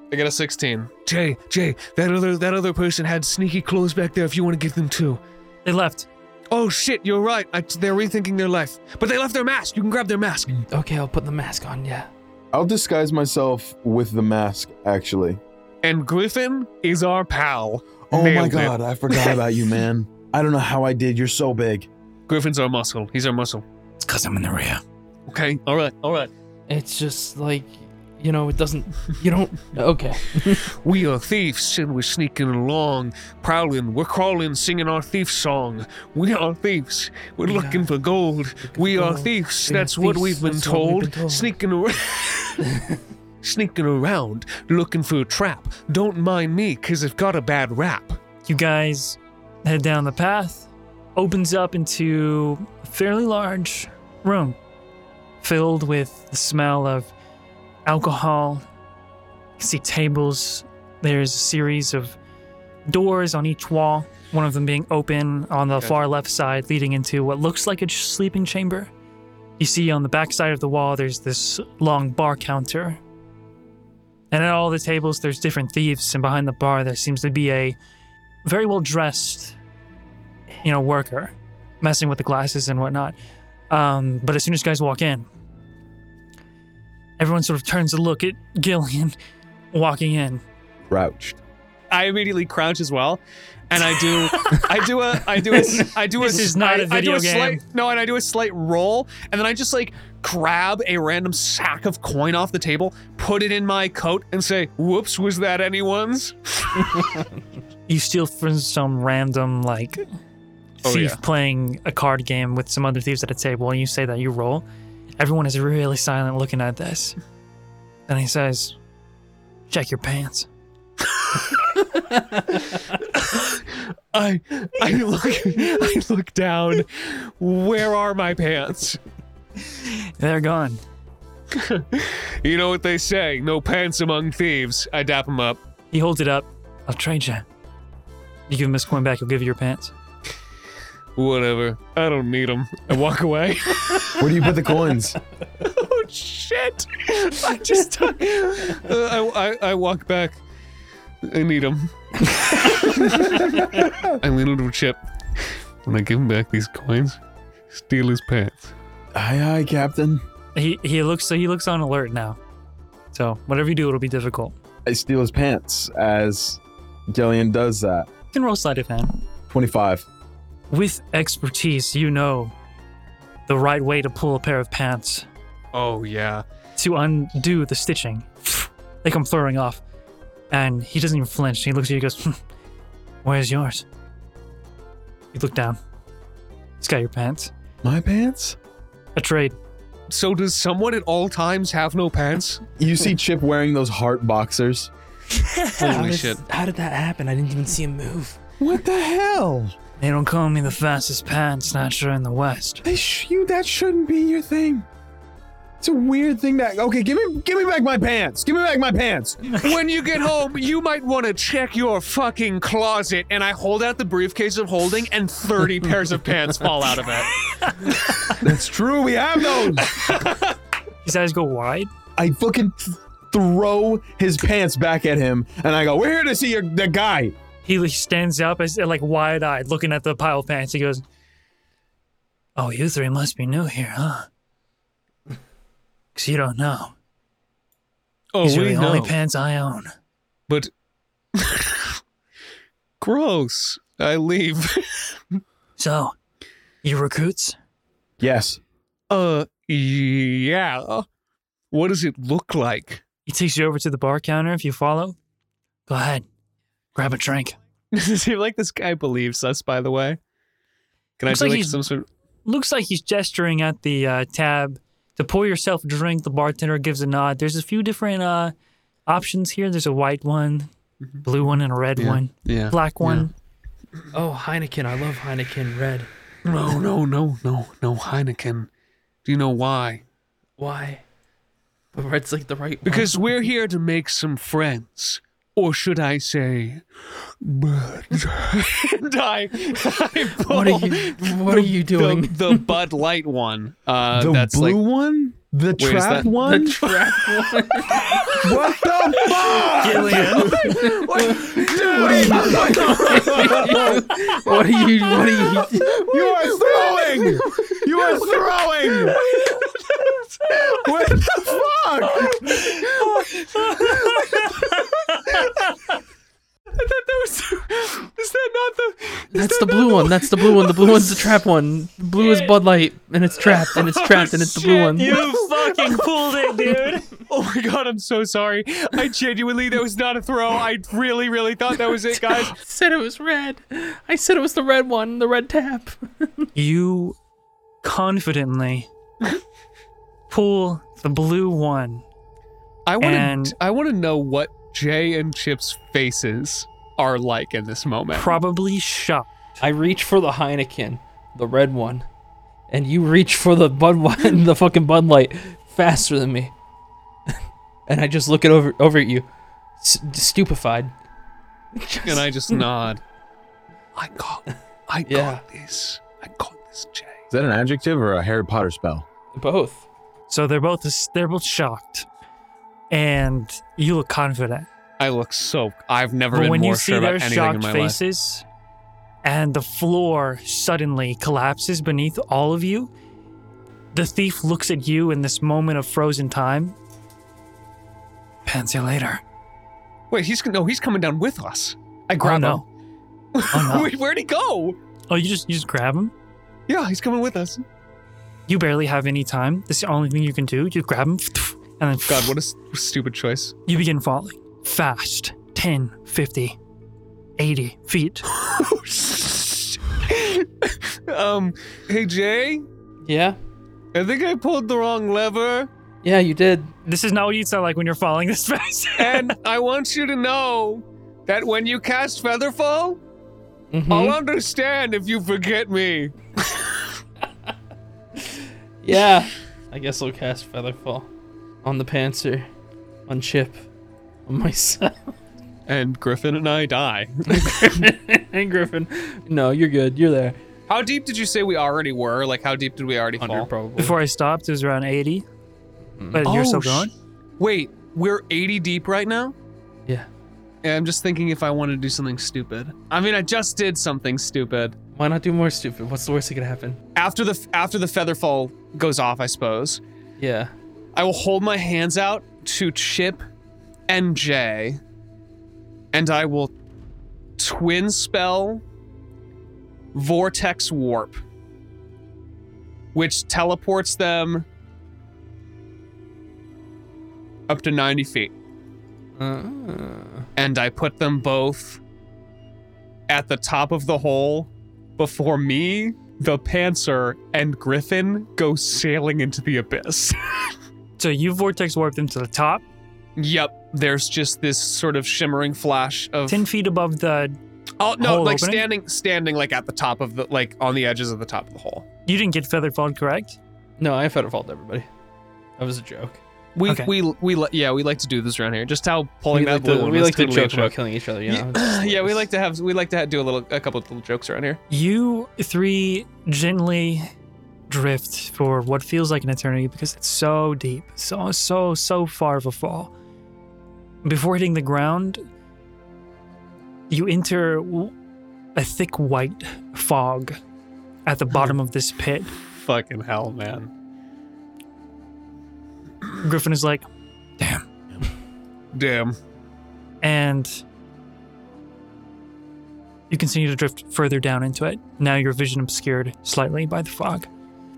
E: I got a 16. Jay, Jay, that other that other person had sneaky clothes back there. If you want to get them too.
C: They left.
E: Oh shit, you're right. I, they're rethinking their life, but they left their mask. You can grab their mask.
A: Okay, I'll put the mask on. Yeah.
D: I'll disguise myself with the mask, actually.
E: And Griffin is our pal.
D: Oh my
E: Nailed it.
D: god, I forgot about you, man. I don't know how I did. You're so big.
E: Griffin's our muscle. He's our muscle.
F: It's because I'm in the rear.
E: Okay. All right. All right.
A: It's just like, you know, it doesn't. You don't. Okay.
E: We are thieves and we're sneaking along, prowling. We're crawling, singing our thief song. We are thieves. We're
A: We
E: looking
A: are-
E: for gold.
A: for
E: We are
A: gold.
E: thieves.
A: We are
E: That's what
A: thieves.
E: we've been
A: That's what we've been
E: told.
A: told.
E: Sneaking around. Sneaking around, looking for a trap. Don't mind me, because I've got a bad rap.
C: You guys head down the path, opens up into a fairly large room filled with the smell of alcohol. You see tables. There's a series of doors on each wall, one of them being open on the far left side, leading into what looks like a ch- sleeping chamber. You see on the back side of the wall, there's this long bar counter. And at all the tables, there's different thieves, and behind the bar, there seems to be a very well dressed, you know, worker, messing with the glasses and whatnot. Um, but as soon as guys walk in, everyone sort of turns to look at Gillian walking in.
D: Crouched.
E: I immediately crouch as well, and I do, I do a, I do a, I do a.
C: This is not
E: I-
C: a video
E: I do a
C: game.
E: Slight, no, and I do a slight roll, and then I just like grab a random sack of coin off the table, put it in my coat, and say, "Whoops, was that anyone's?"
C: You steal from some random like thief
E: Oh, yeah.
C: playing a card game with some other thieves at a table, and you say that you roll. Everyone is really silent looking at this. And he says, "Check your pants."
E: I, I look, I look down. Where are my pants?
C: They're gone.
E: you know what they say no pants among thieves. I dap him up.
C: He holds it up. I'll trade you. You give him his coin back, he'll give you your pants.
E: Whatever. I don't need them. I walk away.
D: Where do you put the coins?
E: oh, shit. I just. uh, I, I, I walk back. I need them. I lean over to Chip and I give him back these coins, steal his pants.
D: Aye, aye, Captain.
C: He he looks so he looks on alert now. So whatever you do, it'll be difficult.
D: I steal his pants as Gillian does that.
C: You can roll sleight of hand.
D: 25.
C: With expertise, you know the right way to pull a pair of pants
E: Oh, yeah.
C: to undo the stitching. They come fluttering off, and he doesn't even flinch. He looks at you, and goes, "Hmm, "Where's yours?" You look down. He's got your pants.
D: My pants?
C: A trade.
E: So, does someone at all times have no pants?
D: You see Chip wearing those heart boxers.
G: how
E: Holy
G: did,
E: shit.
G: How did that happen? I didn't even see him move.
D: What the hell?
C: They don't call me the fastest pants snatcher in the West.
D: They you that shouldn't be your thing. It's a weird thing that okay, give me give me back my pants. Give me back my pants.
E: when you get home, you might want to check your fucking closet. And I hold out the briefcase of holding, and 30 pairs of pants fall out of it.
D: That's true, we have those.
C: His eyes go wide.
D: I fucking th- throw his pants back at him and I go, We're here to see your the guy.
C: He he stands up as like wide eyed, looking at the pile of pants. He goes, "Oh, you three must be new here, huh? 'Cause you don't know.
E: Oh,
C: These are
E: we
C: the
E: know.
C: only pants I own."
E: but gross. I leave.
C: So, you recruits?
D: Yes.
E: Uh, yeah. What does it look like?
C: He takes you over to the bar counter if you follow. Go ahead, grab a drink.
E: Does it seem like this guy believes us? By the way, can
C: Looks
E: I
C: like
E: do like
C: he's-
E: some sort? Of,
C: Looks like he's gesturing at the uh, tab to pour yourself a drink. The bartender gives a nod. There's a few different uh, options here. There's a white one, blue one, and a red one,
E: Mm-hmm. yeah.
C: black one.
G: Oh, Heineken. I love Heineken Red.
E: No, no, no, no, no, Heineken. Do you know why?
G: Why? But red's like the right one.
E: Because we're here to make some friends. Or should I say, birds. and I, I pull
G: What are you? What are you
E: the,
G: doing?
E: the Bud Light one. Uh,
D: the
E: that's
D: blue
E: like
D: one? The
E: is
D: trap
E: that?
D: one?
G: Trap one.
D: what the fuck?
G: What are you? What are you?
D: You are throwing! You are throwing! What the fuck?
E: Is that not the?
G: That's the blue one. That's the blue one. The blue one's the trap one. Blue is Bud Light, and it's trapped, and
E: Oh,
G: it's trapped, and it's the blue one.
C: You fucking pulled it, dude.
E: Oh my god, I'm so sorry. I genuinely, that was not a throw. I really, really thought that was it, guys.
G: said it was red. I said it was the red one, the red tap.
C: you confidently pull the blue one.
E: I want
C: And-
E: to. I want to know what Jay and Chip's faces are like in this moment.
C: Probably shocked.
A: I reach for the Heineken, the red one, and you reach for the Bud Wi- the fucking Bud Light faster than me. and I just look it over over at you, s- stupefied.
E: and I just nod. I got. I
A: Yeah.
E: got this. I got this, Jay.
D: Is that an adjective or a Harry Potter spell?
A: Both.
C: So they're both they're both shocked, and you look confident.
E: I look so. I've never
C: But
E: been
C: when
E: more
C: you see
E: sure about
C: their
E: anything in
C: shocked
E: my life.
C: faces, and the floor suddenly collapses beneath all of you, the thief looks at you in this moment of frozen time. Oh, Pants you later.
E: Wait, he's no. He's coming down with us. I
C: Oh
E: grab him.
C: no! Oh no!
E: Wait, where'd he go?
C: Oh, you just you just grab him.
E: Yeah, he's coming with us.
C: You barely have any time. This is the only thing you can do. You grab him, and then
E: God, what a s- stupid choice.
C: You begin falling fast 10, 50, 80 feet.
E: um, hey Jay,
A: Yeah.
E: I think I pulled the wrong lever,
A: Yeah, you did.
C: This is not what you sound like when you're falling this fast.
E: and I want you to know that when you cast Featherfall,
A: Mhm.
E: I'll understand if you forget me.
A: Yeah. I guess I'll cast Featherfall. on the Panzer, on Chip, on myself,
E: And Griffin and I die.
A: and Griffin. No, you're good. You're there.
E: How deep did you say we already were? Like, how deep did we already fall?
A: 100 probably.
C: Before I stopped, it was around 80. But
E: Oh,
C: you're still
E: sh-
C: going?
E: Wait, we're 80 deep right now?
A: Yeah.
E: And I'm just thinking if I want to do something stupid. I mean, I just did something stupid.
A: Why not do more stupid? What's the worst that could happen?
E: After the after the feather fall goes off, I suppose.
A: Yeah.
E: I will hold my hands out to Chip and Jay, and I will twin spell Vortex Warp, which teleports them up to 90 feet. And I put them both at the top of the hole before me, the Panzer, and Griffin go sailing into the abyss.
C: So you vortex warped them to the top,
E: Yep. There's just this sort of shimmering flash of
C: 10 feet above the.
E: oh no,
C: hole opening?
E: like standing, standing like at the top of the like on the edges of the top of the hole.
C: You didn't get feather fall, correct?
A: No, I feather fault everybody. That was a joke.
E: We
C: Okay.
E: we we li- yeah we like to do this around here. Just how pulling
A: we
E: that
A: like
E: blue
A: to,
E: one
A: we
E: was
A: like to
E: totally a
A: joke about
E: joke.
A: killing each other, you
E: Yeah.
A: know? It's
E: yeah, we
A: hilarious.
E: like to have we like to ha- do a little a couple of little jokes around here.
C: You three gently drift for what feels like an eternity because it's so deep, so, so, so far of a fall. Before hitting the ground, you enter w- a thick white fog at the bottom of this pit.
E: Fucking hell, man.
C: Griffin is like,
F: Damn.
E: Damn.
C: and you continue to drift further down into it. Now your vision obscured slightly by the fog.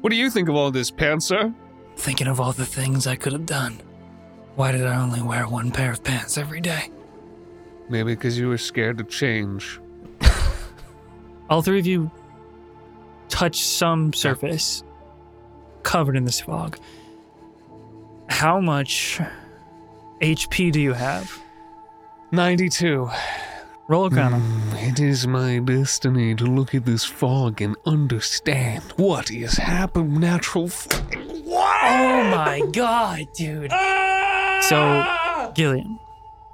E: What do you think of all this, Panzer?
F: Thinking of all the things I could have done. Why did I only wear one pair of pants every day?
E: Maybe because you were scared to change.
C: All three of you touch some surface covered in this fog. How much HP do you have?
E: Ninety-two.
C: Roll Arcana.
E: It is my destiny to look at this fog and understand what is happening. Natural. F-
C: Oh my god, dude. So, Gillian,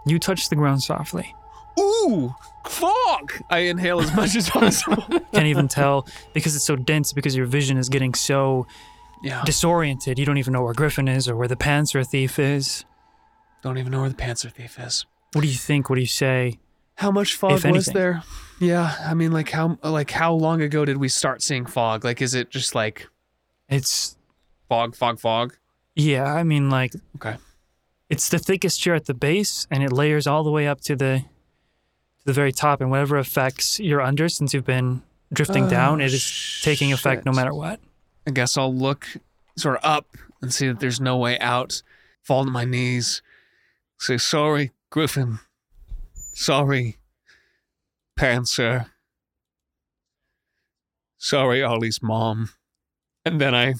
C: you touch the ground softly.
E: Ooh, fog! I inhale as much as possible.
C: can't even tell because it's so dense because your vision is getting so
E: yeah.
C: disoriented. You don't even know where Griffin is or where the Panzer Thief is.
E: Don't even know where the Panzer Thief is.
C: What do you think? What do you say?
E: How much fog
C: If
E: was
C: anything.
E: there? Yeah, I mean, like how like how long ago did we start seeing fog? Like, is it just like
C: It's
E: fog, fog, fog?
C: yeah, I mean like
E: Okay.
C: it's the thickest tier at the base and it layers all the way up to the to the very top and whatever effects you're under since you've been drifting down, it is taking effect no
E: shit.
C: matter what.
E: I guess I'll look sort of up and see that there's no way out. Fall to my knees. Say sorry, Griffin. Sorry, Panzer. Sorry, Ollie's mom. And then I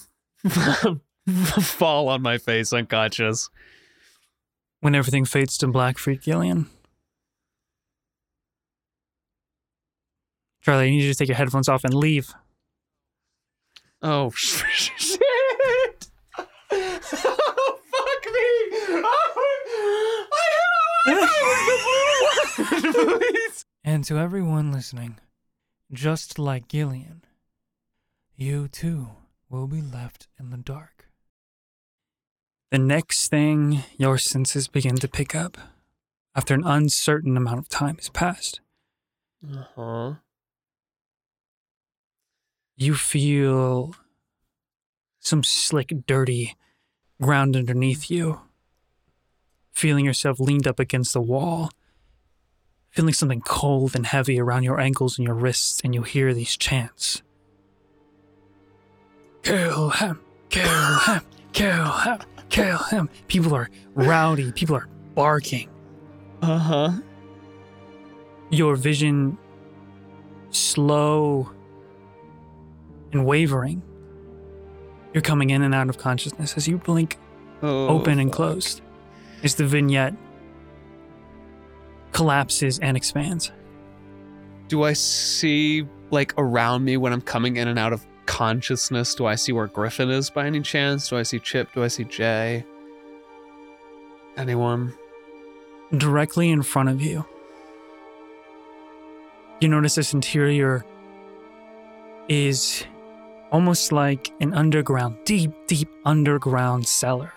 E: fall on my face unconscious.
C: When everything fades to black for you, Gillian. Charlie, I need you to take your headphones off and leave.
E: Oh shit! oh, fuck me!
C: And to everyone listening, just like Gillian, you too will be left in the dark. The next thing your senses begin to pick up after an uncertain amount of time has passed,
E: huh.
C: you feel some slick, dirty ground underneath you, feeling yourself leaned up against the wall, feeling something cold and heavy around your ankles and your wrists, and you hear these chants Kill him! Kill him! Kill him! Kill him! People are rowdy, people are barking
E: Uh huh.
C: your vision slow and wavering. You're coming in and out of consciousness as you blink
E: Oh,
C: open and
E: fuck.
C: closed as the vignette collapses and expands.
E: Do I see like around me when I'm coming in and out of consciousness? Do I see where Griffin is by any chance? Do I see Chip? Do I see Jay? anyone?
C: directly in front of you. You notice this interior is almost like an underground, deep, deep underground cellar,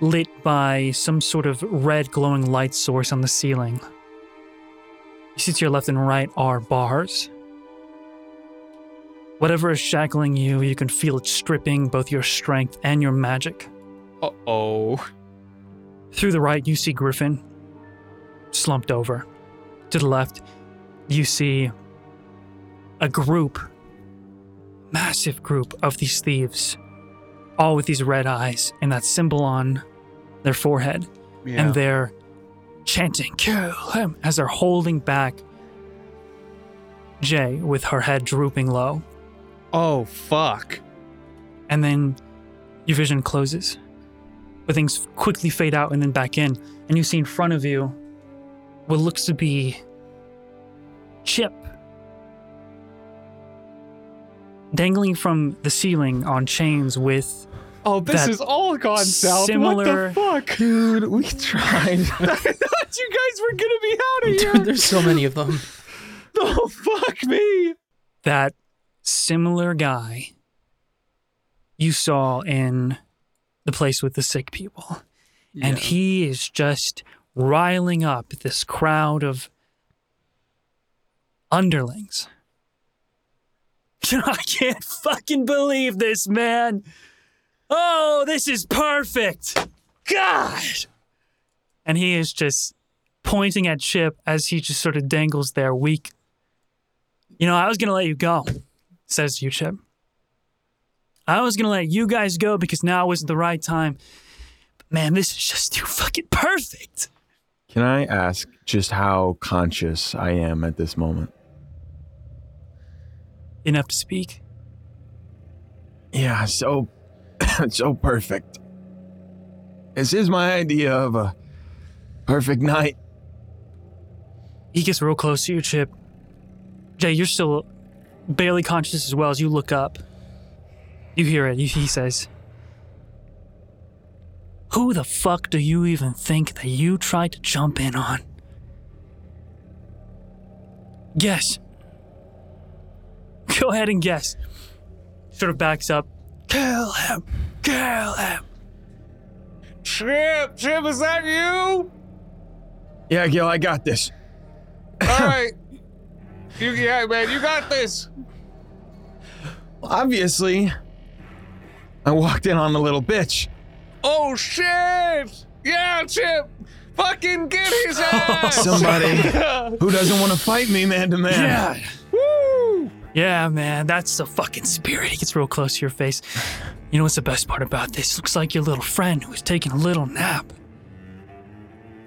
C: lit by some sort of red glowing light source on the ceiling. You see to your left and right are bars. Whatever is shackling you, you can feel it stripping both your strength and your magic.
E: Uh oh.
C: Through the right, you see Griffin slumped over. To the left, you see a group, massive group of these thieves, all with these red eyes and that symbol on their forehead.
E: Yeah.
C: And they're chanting, kill him, as they're holding back Jay with her head drooping low.
E: oh fuck.
C: and then your vision closes. But things quickly fade out and then back in, and you see in front of you what looks to be Chip dangling from the ceiling on chains with
E: Oh, this
C: That
E: is all gone south.
C: similar-
E: What the fuck?
D: Dude, we tried.
E: I thought you guys were gonna be out of here.
A: Dude, there's so many of them.
E: Oh fuck me.
C: that similar guy you saw in the place with the sick people. And he is just riling up this crowd of underlings. I can't fucking believe this, man. Oh, this is perfect. God. And he is just pointing at Chip as he just sort of dangles there, weak. You know, I was going to let you go, says to you, Chip. I was going to let you guys go because now wasn't the right time. But man, this is just too fucking perfect.
D: Can I ask just how conscious I am at this moment?
C: Enough to speak.
D: Yeah, so so perfect. This is my idea of a perfect night.
C: He gets real close to you, Chip. Jay, you're still barely conscious as well as you look up. You hear it. He says, Who the fuck do you even think that you tried to jump in on? Guess. Go ahead and guess. Sort of backs up. Kill him! Kill him!
E: Chip, Chip, is that you?
D: Yeah, Gil, I got this.
E: All right. You, yeah, man, you got this.
D: Obviously, I walked in on the little bitch.
E: Oh shit! Yeah, Chip, fucking get his ass.
D: Somebody who doesn't want to fight me man to man.
E: Woo!
C: Yeah, man, that's the fucking spirit. He gets real close to your face. You know what's the best part about this? Looks like your little friend who was taking a little nap.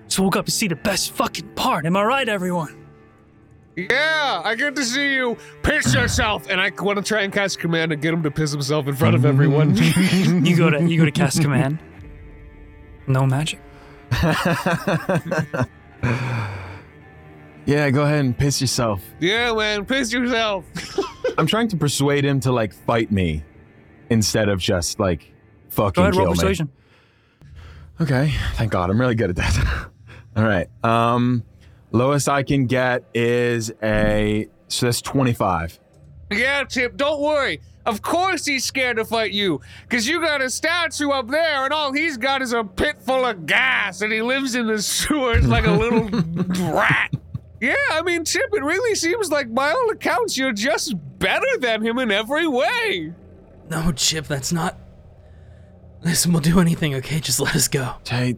C: Just woke up to see the best fucking part. Am I right, everyone?
E: Yeah, I get to see you piss yourself, and I want to try and cast command and get him to piss himself in front of everyone.
C: You go to you go to cast command. No magic.
D: Yeah, go ahead and piss yourself.
E: yeah, man, piss yourself.
D: I'm trying to persuade him to like fight me instead of just like
C: Go
D: fucking
C: ahead,
D: kill
C: roll
D: me.
C: persuasion.
D: Okay, thank God, I'm really good at that. All right, um, lowest I can get is a so that's 25.
E: Yeah, Chip, don't worry. Of course he's scared to fight you, because you got a statue up there, and all he's got is a pit full of gas, and he lives in the sewers like a little rat. Yeah, I mean, Chip, it really seems like by all accounts you're just better than him in every way.
A: No, Chip, that's not. This will do anything, okay? Just let us go.
D: Hey,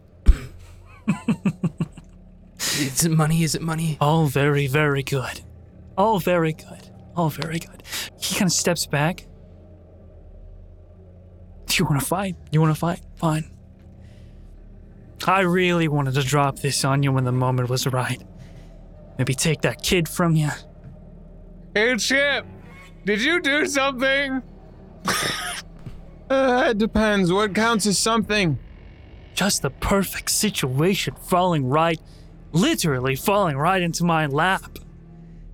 A: Is it money? Is it money?
C: All very, very good. All very good. All very good. He kind of steps back. Do you want to fight? You want to fight? Fine. I really wanted to drop this on you when the moment was right. Maybe take that kid from you.
E: Hey, Chip, did you do something?
D: uh, it depends. What counts as something?
C: Just the perfect situation falling right, literally falling right into my lap.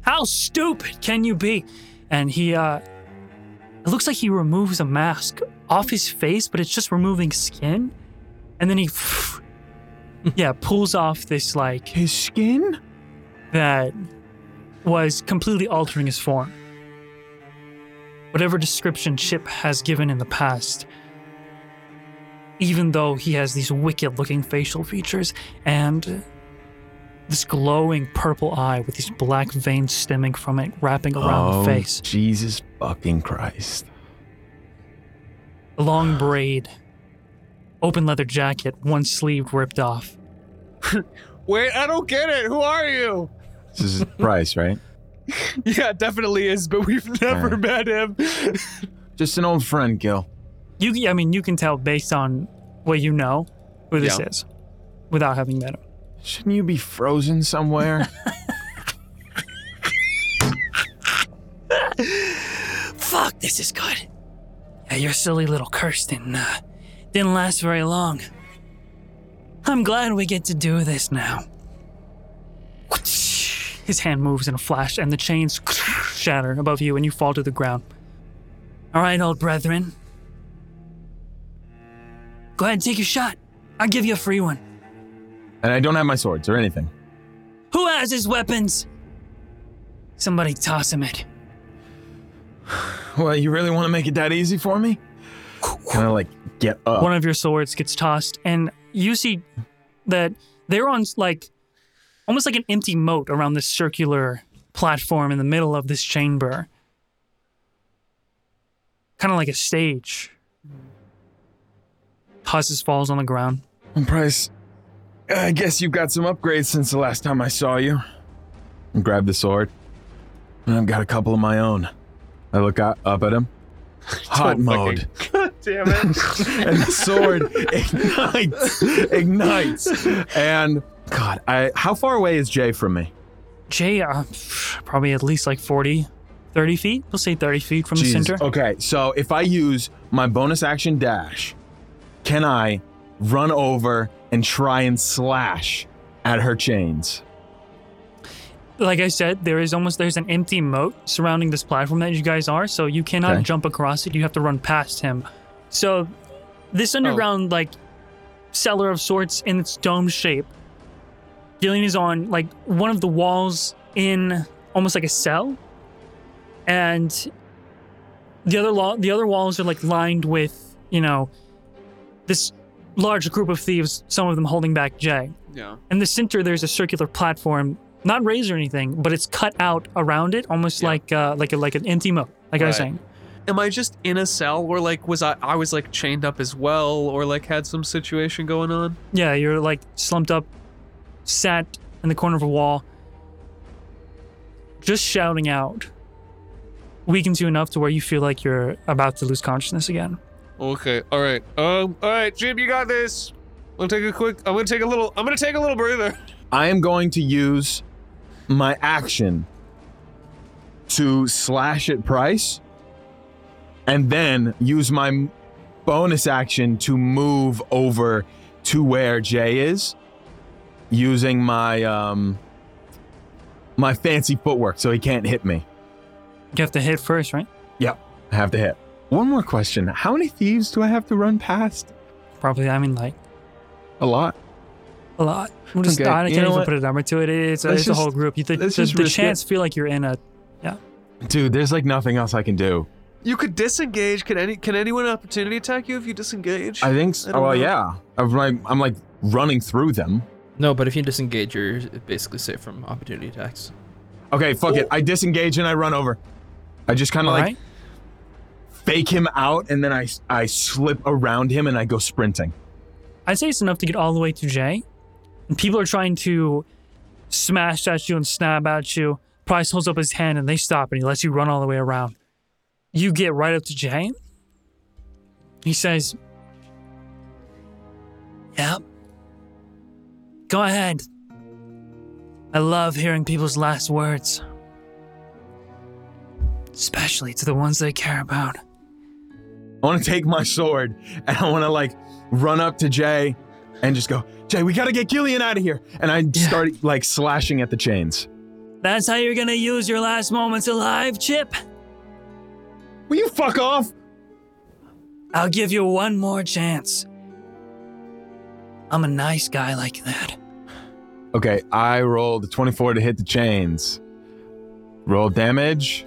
C: How stupid can you be? And he, uh, it looks like he removes a mask off his face, but it's just removing skin. And then he yeah, pulls off this like
D: His skin?
C: that was completely altering his form. Whatever description Chip has given in the past, even though he has these wicked looking facial features and this glowing purple eye with these black veins stemming from it wrapping around
D: Oh.
C: the face,
D: Jesus fucking Christ.
C: a long braid, open leather jacket, one sleeve ripped off.
E: Wait, I don't get it. Who are you?
D: This is his price, right?
E: Yeah, it definitely is, but we've never
D: Alright.
E: met him.
D: Just an old friend, Gil.
C: You, I mean, you can tell based on what you know who this
E: Yeah.
C: is without having met him.
D: Shouldn't you be frozen somewhere?
C: Fuck, this is good. Yeah, your silly little curse didn't, uh, didn't last very long. I'm glad we get to do this now. His hand moves in a flash, and the chains shatter above you, and you fall to the ground. All right, old brethren. Go ahead and take your shot. I'll give you a free one.
D: and I don't have my swords or anything.
C: Who has his weapons? Somebody toss him it.
D: Well, you really want to make it that easy for me? Kind of like get up.
C: one of your swords gets tossed and you see that they're on like almost like an empty moat around this circular platform in the middle of this chamber kind of like a stage tosses falls on the ground
D: And Price, I guess you've got some upgrades since the last time I saw you. And grab the sword. And I've got a couple of my own. I look o- up at him. Hot mode.
E: Oh Damn it.
D: and the sword ignites. Ignites. And God, I how far away is Jay from me?
C: jay uh, probably at least like 40 30 feet we'll say 30 feet from
D: Jeez.
C: the center
D: Okay, so if I use my bonus action dash, can I run over and try and slash at her chains?
C: like i said there is almost there's an empty moat surrounding this platform that you guys are so you cannot
D: Okay.
C: jump across it you have to run past him so this underground like cellar of sorts in its dome shape Gillian is on like one of the walls in almost like a cell and the other lo- the other walls are like lined with you know this large group of thieves some of them holding back jay
E: Yeah.
C: in the center, there's a circular platform, not raised or anything, but it's cut out around it, almost
E: Yeah.
C: like uh, like a, like an empty moat. Like I was
E: Right.
C: saying,
E: Am I just in a cell or like was I I was like chained up as well or like had some situation going on?
C: yeah, you're like slumped up, sat in the corner of a wall, just shouting out, weakens you enough to where you feel like you're about to lose consciousness again.
E: Okay. All right. Um all right, Jim, you got this. I'm gonna take a quick I'm gonna take a little I'm gonna take a little breather.
D: I am going to use my action to slash at Price and then use my m- bonus action to move over to where Jay is using my um my fancy footwork so he can't hit me.
C: You have to hit first, right?
D: Yep. I have to hit. One more question. How many thieves do I have to run past?
C: Probably. I mean, like
D: A lot.
C: a lot. We'll just,
D: Okay,
C: I
D: you
C: can't
D: know
C: even
D: what?
C: put a number to it. It's, a,
D: Let's
C: it's a whole
D: just-
C: group. You the,
D: let's
C: the,
D: just
C: the
D: risk it.
C: chance feel like you're in a
D: Dude, there's like nothing else I can do.
E: You could disengage. Can any can anyone opportunity attack you if you disengage?
D: I think s-
E: I
D: oh
E: don't
D: well,
E: know.
D: yeah. I'm like, I'm like running through them.
A: No, but if you disengage, you're basically safe from opportunity attacks.
D: Okay, fuck it.
E: Oh.
D: I disengage and I run over. I just kind of like
C: right?
D: fake him out and then I I slip around him and I go sprinting.
C: I'd say it's enough to get all the way to Jay. And people are trying to smash at you and snap at you. Price holds up his hand and they stop and he lets you run all the way around. You get right up to Jay. He says, Yep. Go ahead. I love hearing people's last words, especially to the ones they care about.
D: I want to take my sword and I want to like run up to Jay and just go, "Jay, we got to get Gillian out of here." And I start like slashing at the chains.
C: That's how you're gonna use your last moments alive, Chip.
D: Will you fuck off?
C: I'll give you one more chance.
F: I'm a nice guy like that.
D: Okay, I rolled a 24 to hit the chains. Roll damage.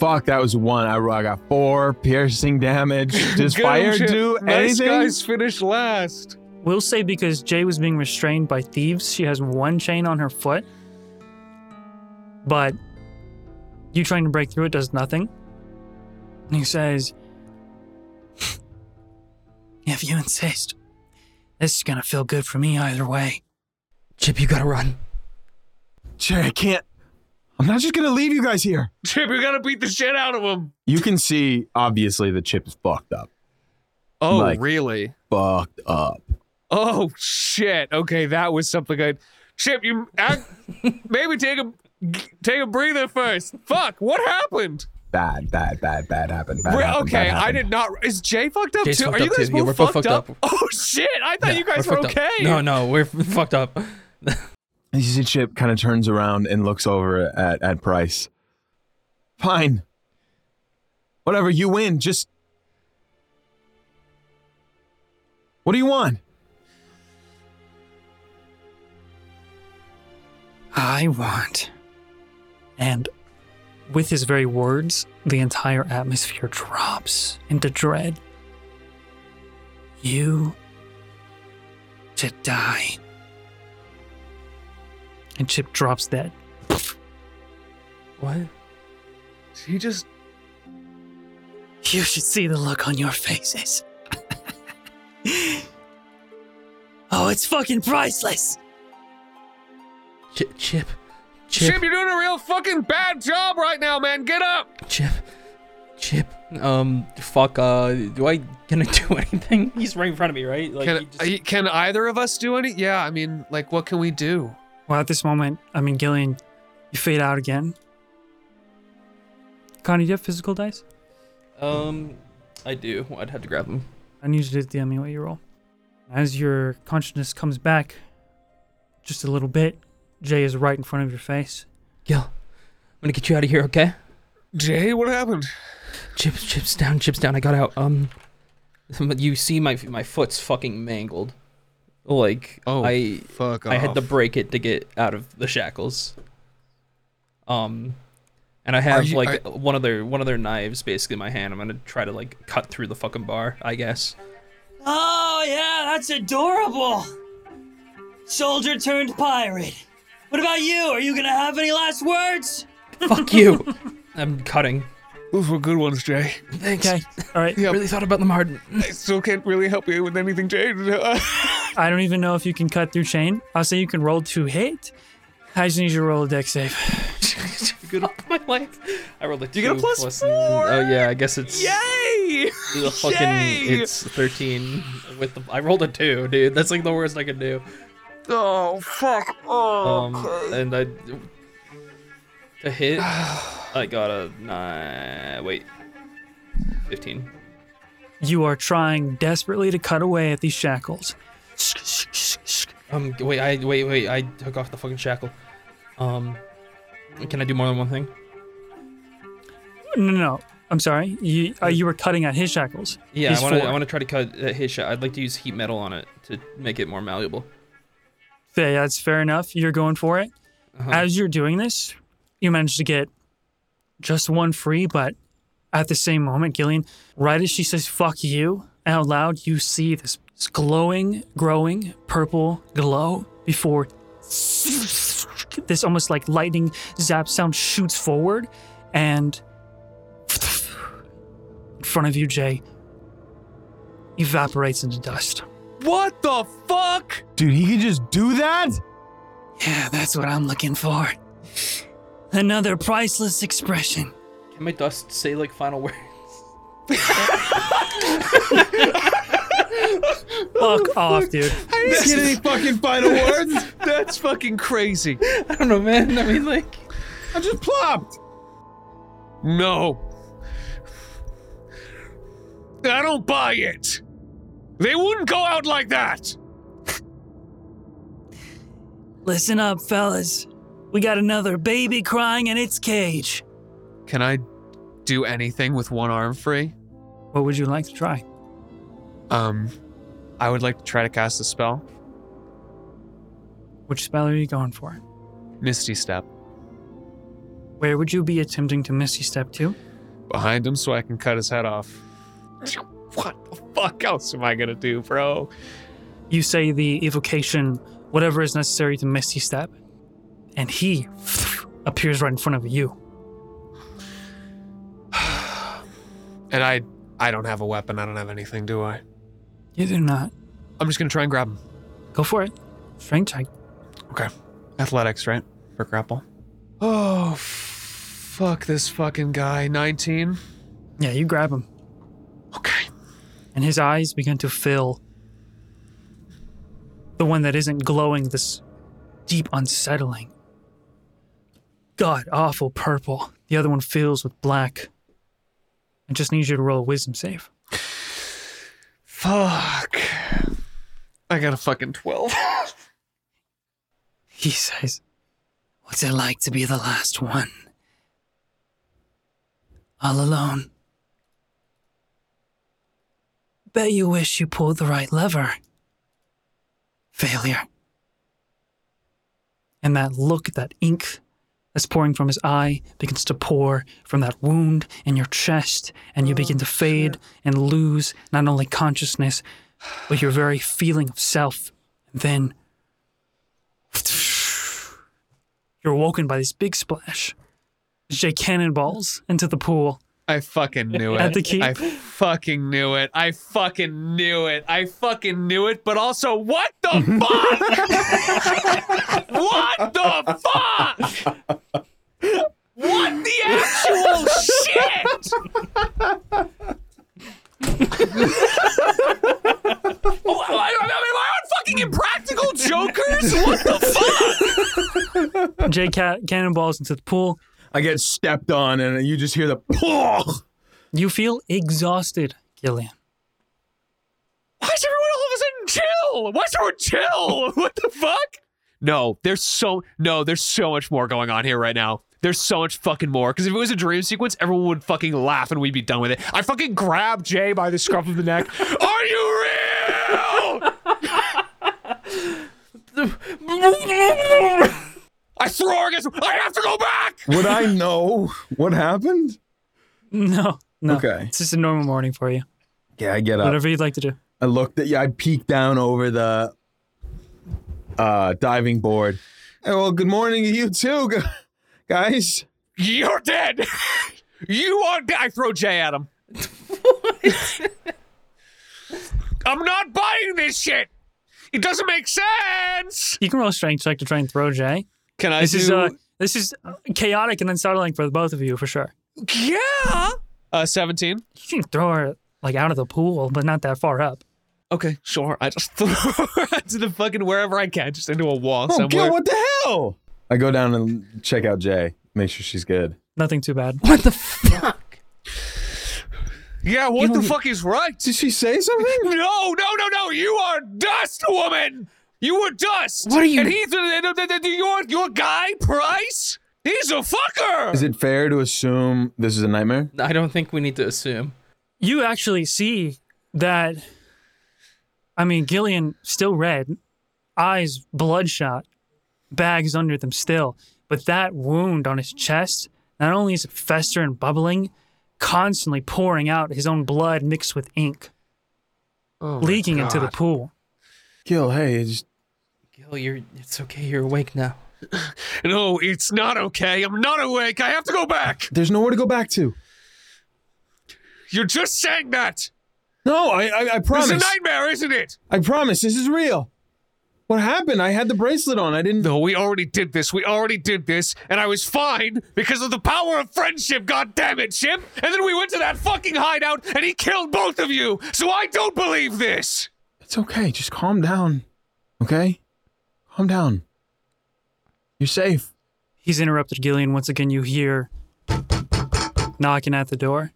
D: Fuck, that was one. I, ro- I got four piercing damage. Does
E: Good
D: fire
E: shit.
D: do
E: Nice
D: anything?
E: guys finish last.
C: We'll say because Jay was being restrained by thieves, she has one chain on her foot. But you trying to break through it does nothing. And he says,
F: If you insist, this is gonna feel good for me either way.
G: Chip, you gotta run.
D: Jerry, I can't. I'm not just gonna leave you guys here.
E: Chip, you gotta beat the shit out of him.
D: You can see, obviously, the chip is fucked up.
E: Oh,
D: Like-
E: really?
D: Fucked up.
E: Oh shit. Okay, that was something I. Chip, you I, maybe take a take a breather first. Fuck, what happened?
D: Bad, bad, bad, bad happened. Bad
E: We're-
D: happened,
E: okay,
D: bad
E: I
D: happened.
E: did not. Is Jay fucked up
A: Jay's
E: too?
A: fucked
E: Are you
A: up,
E: guys
A: too.
E: both
A: Yeah, we're both
E: fucked
A: fucked
E: up?
A: up.
E: Oh shit! I thought
A: Yeah,
E: you guys were,
A: fucked
E: okay.
A: Up. No, no, we're fucked up.
D: And you see Chip kind of turns around and looks over at, at Price. Fine. Whatever, you win. Just. What do you want?
F: I want.
C: and with his very words, the entire atmosphere drops into dread.
F: you to die.
C: And Chip drops dead.
A: what?
E: He just.
F: You should see the look on your faces. oh, it's fucking priceless.
A: Chip, Chip,
E: Chip.
A: Chip,
E: you're doing a real fucking bad job right now, man. Get up.
A: Chip, Chip. Um, fuck. Uh, do I can I do anything? He's right in front of me, right? Like, he
E: Can,
A: just-
E: I- can either of us do any? Yeah, I mean, like, what can we do?
C: Well, at this moment, I mean, Gillian, you fade out again. Connie, do you have physical dice?
A: um, I do. I'd have to grab him.
C: I need you to DM me what you roll. As your consciousness comes back just a little bit, Jay is right in front of your face.
A: Gil, I'm gonna get you out of here, okay?
E: Jay, what happened?
A: Chips, chips down, chips down. I got out. Um, you see my my foot's fucking mangled. Like
E: Oh,
A: I
E: fuck
A: I had to break it to get out of the shackles. Um, and I have
E: you-
A: like one of their one of their knives basically in my hand. I'm gonna try to like cut through the fucking bar, I guess.
F: Oh, yeah, that's adorable. Soldier turned pirate. What about you? Are you gonna have any last words?
A: Fuck you. I'm cutting.
E: Those were good ones, Jay.
A: Thanks.
C: Okay. All right.
E: Yeah.
A: Really thought about them hard.
E: I still can't really help you with anything, Jay.
C: I don't even know if you can cut through chain. I'll say you can roll to hit. I just need you to roll a deck save.
A: Good up my life. I rolled a two.
E: You get a plus
A: an-
E: four!
A: Oh yeah, I guess it's
E: Yay!
A: the fucking
E: Yay!
A: it's 13 with the I rolled a 2, dude. That's like the worst I could do.
E: Oh fuck! Oh,
A: Um and I to hit I got a 9 wait 15.
C: You are trying desperately to cut away at these shackles.
A: Um wait, I wait, wait. I took off the fucking shackle. Um can I do more than one thing?
C: No, no, no. I'm sorry. You uh, you were cutting at his shackles.
A: Yeah,
C: He's
A: I want to
C: four.
A: I want to try to cut uh, his shot. I'd like to use heat metal on it to make it more malleable.
C: Yeah, that's fair enough. You're going for it. As you're doing this, you manage to get just one free, but at the same moment, Gillian, right as she says "fuck you" out loud, you see this glowing, growing purple glow before this almost like lightning zap sound shoots forward, and in front of you, Jay evaporates into dust.
E: What the fuck?
D: Dude, he can just do that?
F: Yeah, that's what I'm looking for. Another priceless expression.
A: Can my dust say like final words?
C: Fuck off, dude.
E: I didn't
D: Get any fucking final words?
E: That's fucking crazy.
A: I don't know, man. I mean like
D: I just plopped.
E: No. I don't buy it. They wouldn't go out like that.
F: Listen up, fellas. We got another baby crying in its cage.
E: Can I do anything with one arm free?
C: What would you like to try?
E: Um, I would like to try to cast a spell.
C: Which spell are you going for?
E: Misty step
C: Where would you be attempting to Misty Step to?
E: behind him so I can cut his head off. What the fuck else am I gonna do, bro?
C: You say the evocation, whatever is necessary to Misty Step, and he appears right in front of you.
E: And I, I don't have a weapon. I don't have anything, do I?
C: You do not.
E: I'm just gonna try and grab him.
C: Go for it. Strength check.
E: Okay. Athletics, right? For grapple. Oh, f- fuck this fucking guy. 19.
C: Yeah, you grab him.
E: Okay.
C: and his eyes begin to fill the one that isn't glowing this deep unsettling god awful purple the other one fills with black i just need you to roll a wisdom save
E: Fuck. I got a fucking 12.
C: he says what's it like to be the last one all alone bet you wish you pulled the right lever failure. And that look, that ink that's pouring from his eye begins to pour from that wound in your chest, and you begin to fade and lose not only consciousness, but your very feeling of self. And then you're woken by this big splash. Jay cannonballs into the pool.
E: I fucking knew it.
C: At the keep.
E: I fucking knew it. I fucking knew it. I fucking knew it. But also, what the fuck? what the fuck? What the actual shit? Oh, I, I, I mean, my own fucking impractical jokers. What the fuck?
C: Jay ca- cannonballs into the pool.
D: I get stepped on, and you just hear the "Poof!"
C: You feel exhausted, Gillian.
E: Why is everyone all of a sudden chill? Why is everyone chill? What the fuck? No, there's so no, there's so much more going on here right now. There's so much fucking more. Because if it was a dream sequence, everyone would fucking laugh and we'd be done with it. I fucking grab Jay by the scruff of the neck. Are you real? I throw her against. I have to go back.
D: Would I know what happened?
C: No, no.
D: Okay. Uh,
C: It's just a normal morning for you.
D: Yeah, I get up.
C: Whatever you'd like to do.
D: I looked at you. I peeked down over the uh, diving board. Hey, well, good morning to you too, gu- guys.
E: You're dead. you are dead. I throw Jay at him. I'm not buying this shit. It doesn't make sense.
C: You can roll a strength check to try and throw Jay.
E: Can I
C: This is uh, this is chaotic and unsettling for the both of you for sure.
E: yeah. Uh, 17.
C: You can throw her like out of the pool, but not that far up.
E: Okay, sure. I just throw her into the fucking wherever I can, just into a wall
D: Oh,
E: somewhere.
D: Gil, what the hell? I go down and check out Jay. Make sure she's good.
C: Nothing too bad.
A: What the fuck?
E: yeah, what the fuck is right?
D: Did she say something?
E: No, no, no, no. You are dust, woman. You were dust.
A: What are you-
E: And he's your, your guy, Price? He's a fucker.
D: Is it fair to assume this is a nightmare?
A: I don't think we need to assume.
C: You actually see that. I mean, Gillian still red, eyes bloodshot, bags under them still. But that wound on his chest, not only is it fester and bubbling, constantly pouring out his own blood mixed with ink,
A: Oh my
C: leaking into the
A: God.
C: pool.
D: Gil, hey, just
A: Gil, you're. It's okay. You're awake now.
E: No, it's not okay. I'm not awake. I have to go back.
D: there's nowhere to go back to.
E: You're just saying that.
D: No, I, I, I
E: It's
D: promise.
E: a nightmare, isn't it?
D: I promise this is real. What happened? I had the bracelet on. I didn't.
E: No, we already did this. We already did this, and I was fine because of the power of friendship. God damn it, Chip! And then we went to that fucking hideout, and he killed both of you. So I don't believe this.
D: It's okay. Just calm down. Okay? Calm down. You're safe.
C: He's interrupted Gillian once again. You hear knocking at the door.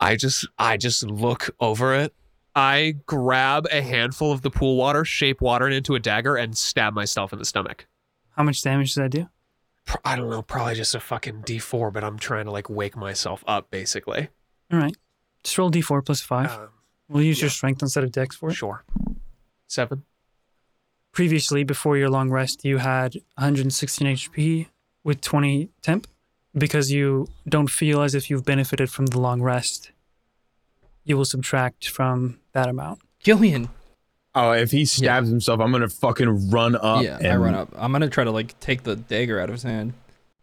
E: I just, I just look over it. I grab a handful of the pool water, shape water it into a dagger, and stab myself in the stomach.
C: How much damage does that do?
E: pr- I don't know, probably just a fucking D4, but I'm trying to like wake myself up basically.
C: All right. Just roll d4 plus 5.
A: Uh,
E: Um,
C: we'll use your strength instead of dex for it.
E: Sure. Seven.
C: previously before your long rest you had 116 HP with 20 temp because you don't feel as if you've benefited from the long rest. You will subtract from that amount.
A: Gillian.
D: Oh, if he stabs himself, I'm gonna fucking run up.
A: yeah, I
D: Uh, and-
A: run up. I'm gonna try to like take the dagger out of his hand.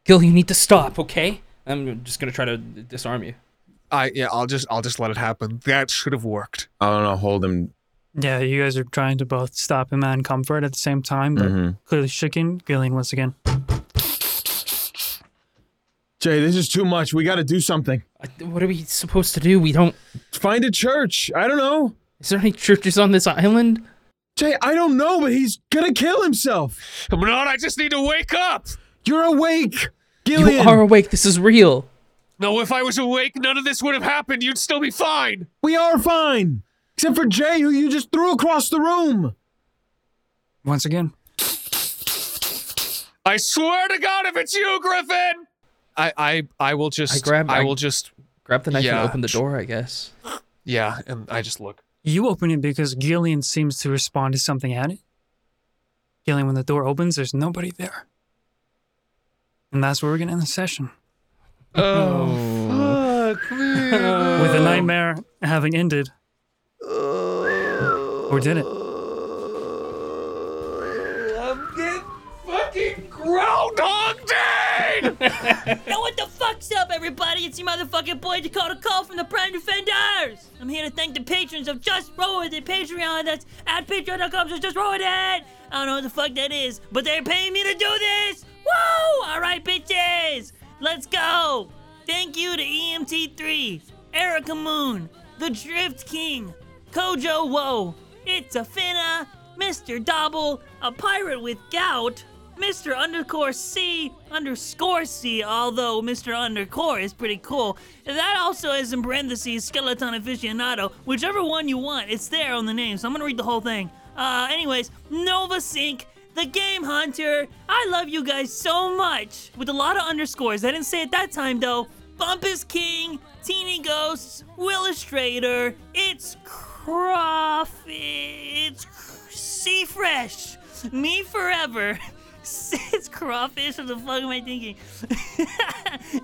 A: Gil, you need to stop, okay? I'm just gonna try to disarm you.
E: I yeah, I'll just I'll just let it happen. That should have worked.
D: I don't know. Hold him.
C: Yeah, you guys are trying to both stop him and comfort at the same time, but
D: Mhm.
C: clearly shaking. Gillian once again.
D: Jay, this is too much. We got to do something.
A: I- What are we supposed to do? We don't.
D: Find a church. I don't know.
A: Is there any churches on this island?
D: Jay, I don't know, but he's gonna kill himself.
E: I'm not. I just need to wake up.
D: You're awake,
A: You
D: Gillian.
A: are awake. This is real.
E: No, if I was awake, none of this would have happened. You'd still be fine.
D: we are fine, except for Jay, who you just threw across the room.
C: Once again.
E: I swear to God, if it's you, Griffin. I I I will just.
A: I grab-
E: I
A: I-
E: will just.
A: Grab the knife
E: Yeah.
A: and open the door, I guess.
E: Yeah, and I just look.
C: You open it because Gillian seems to respond to something at it. Gillian, when the door opens, there's nobody there. And that's where we're going to end the session.
E: Oh, fuck me.
C: With the nightmare having ended.
E: Oh.
C: Or did it?
E: I'm getting fucking groundhog day.
H: Now what the fuck's up, everybody? It's your motherfucking boy Dakota Cole from the Prime Defenders! I'm here to thank the patrons of Just Roll With It Patreon. That's at patreon.com slash Just Roll With It! I don't know what the fuck that is, but they're paying me to do this! Woo! Alright, bitches! Let's go! Thank you to E EMT3, Erica Moon, The Drift King, Kojo Woe, It's a Finna, Mr. Dobble, A Pirate with Gout, Mr. Undercore C underscore C, although Mr. Undercore is pretty cool. That also is in parentheses Skeleton Aficionado, whichever one you want. It's there on the name, so I'm gonna read the whole thing. Uh, anyways, Nova Sync, The Game Hunter. I love you guys so much. With a lot of underscores. I didn't say it that time though. Bumpus King, Teeny Ghosts, Willustrator, It's Croft, It's Sea Fresh, Me Forever, It's Crawfish, what the fuck am I thinking?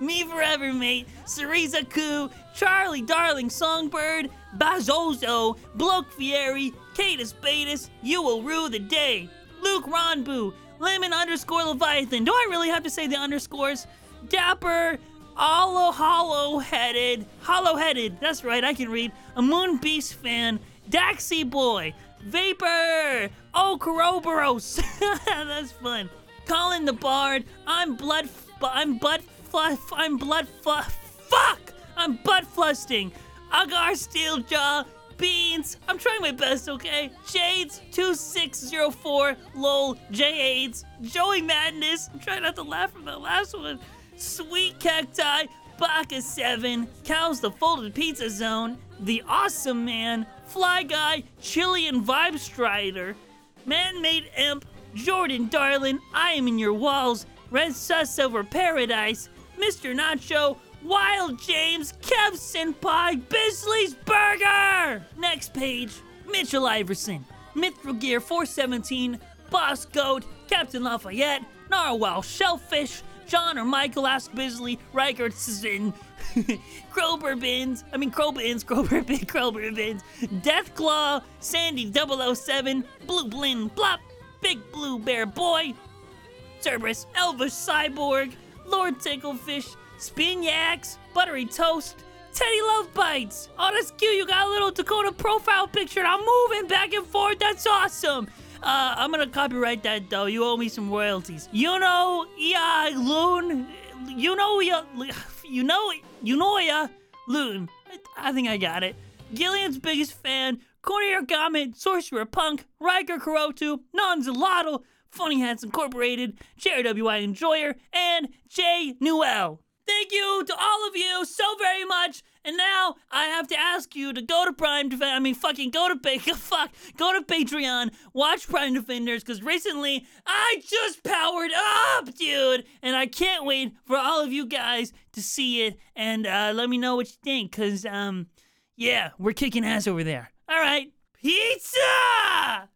H: Me Forever, mate, Cereza Koo, Charlie Darling Songbird, Bazozo, Bloke Fieri, Catus Betis, You Will Rue the Day, Luke Ronbu, Lemon underscore Leviathan. Do I really have to say the underscores? Dapper, Hollow, hollow headed, hollow headed. That's right, I can read. A Moon Beast fan, Daxi Boy, Vapor, Oh Corroboros. That's fun. Colin the Bard. I'm blood. F- I'm butt. Fluff. I'm blood. Fluff. Fuck. I'm butt flusting. Agar Steeljaw. Beans. I'm trying my best, okay? Shades 2604. Lol. J AIDS. Joey Madness. I'm trying not to laugh from that last one. Sweet Cacti, Baka 7, Cows the Folded Pizza Zone, The Awesome Man, Fly Guy, Chilean Vibe Strider, Man Made Imp, Jordan Darlin, I Am in Your Walls, Red Sus Over Paradise, Mr. Nacho, Wild James, Kev Senpai, Bisley's Burger! Next page, Mitchell Iverson, Mithril Gear 417, Boss Goat, Captain Lafayette, Narwhal Shellfish, John or Michael Ask Bisley, Reichert Sin, Krober Bins, I mean Krober Bins, Krober Bins, Krober Bins, Deathclaw, Sandy 007, Blue Blin Blop, Big Blue Bear Boy, Cerberus, Elvis Cyborg, Lord Ticklefish, Spinax, Buttery Toast, Teddy Love Bites. Oh, that's cute. You got a little Dakota profile picture, and I'm moving back and forth. That's awesome. Uh, I'm gonna copyright that though. You owe me some royalties. You know, yeah, loon. You know, yeah, you know, you know, yeah, loon. I think I got it. Gillian's biggest fan, Cornier Gamet, Sorcerer Punk, Riker Kurotu, Nonzalato, Funny Hats Incorporated, Cherry WI Enjoyer, and Jay Newell. Thank you to all of you so very much. And now I have to ask you to go to Prime Defender. I mean, fucking go to pa- fuck, go to Patreon, watch Prime Defenders, because recently I just powered up, dude, and I can't wait for all of you guys to see it and uh, let me know what you think, cause um, yeah, we're kicking ass over there. All right, pizza.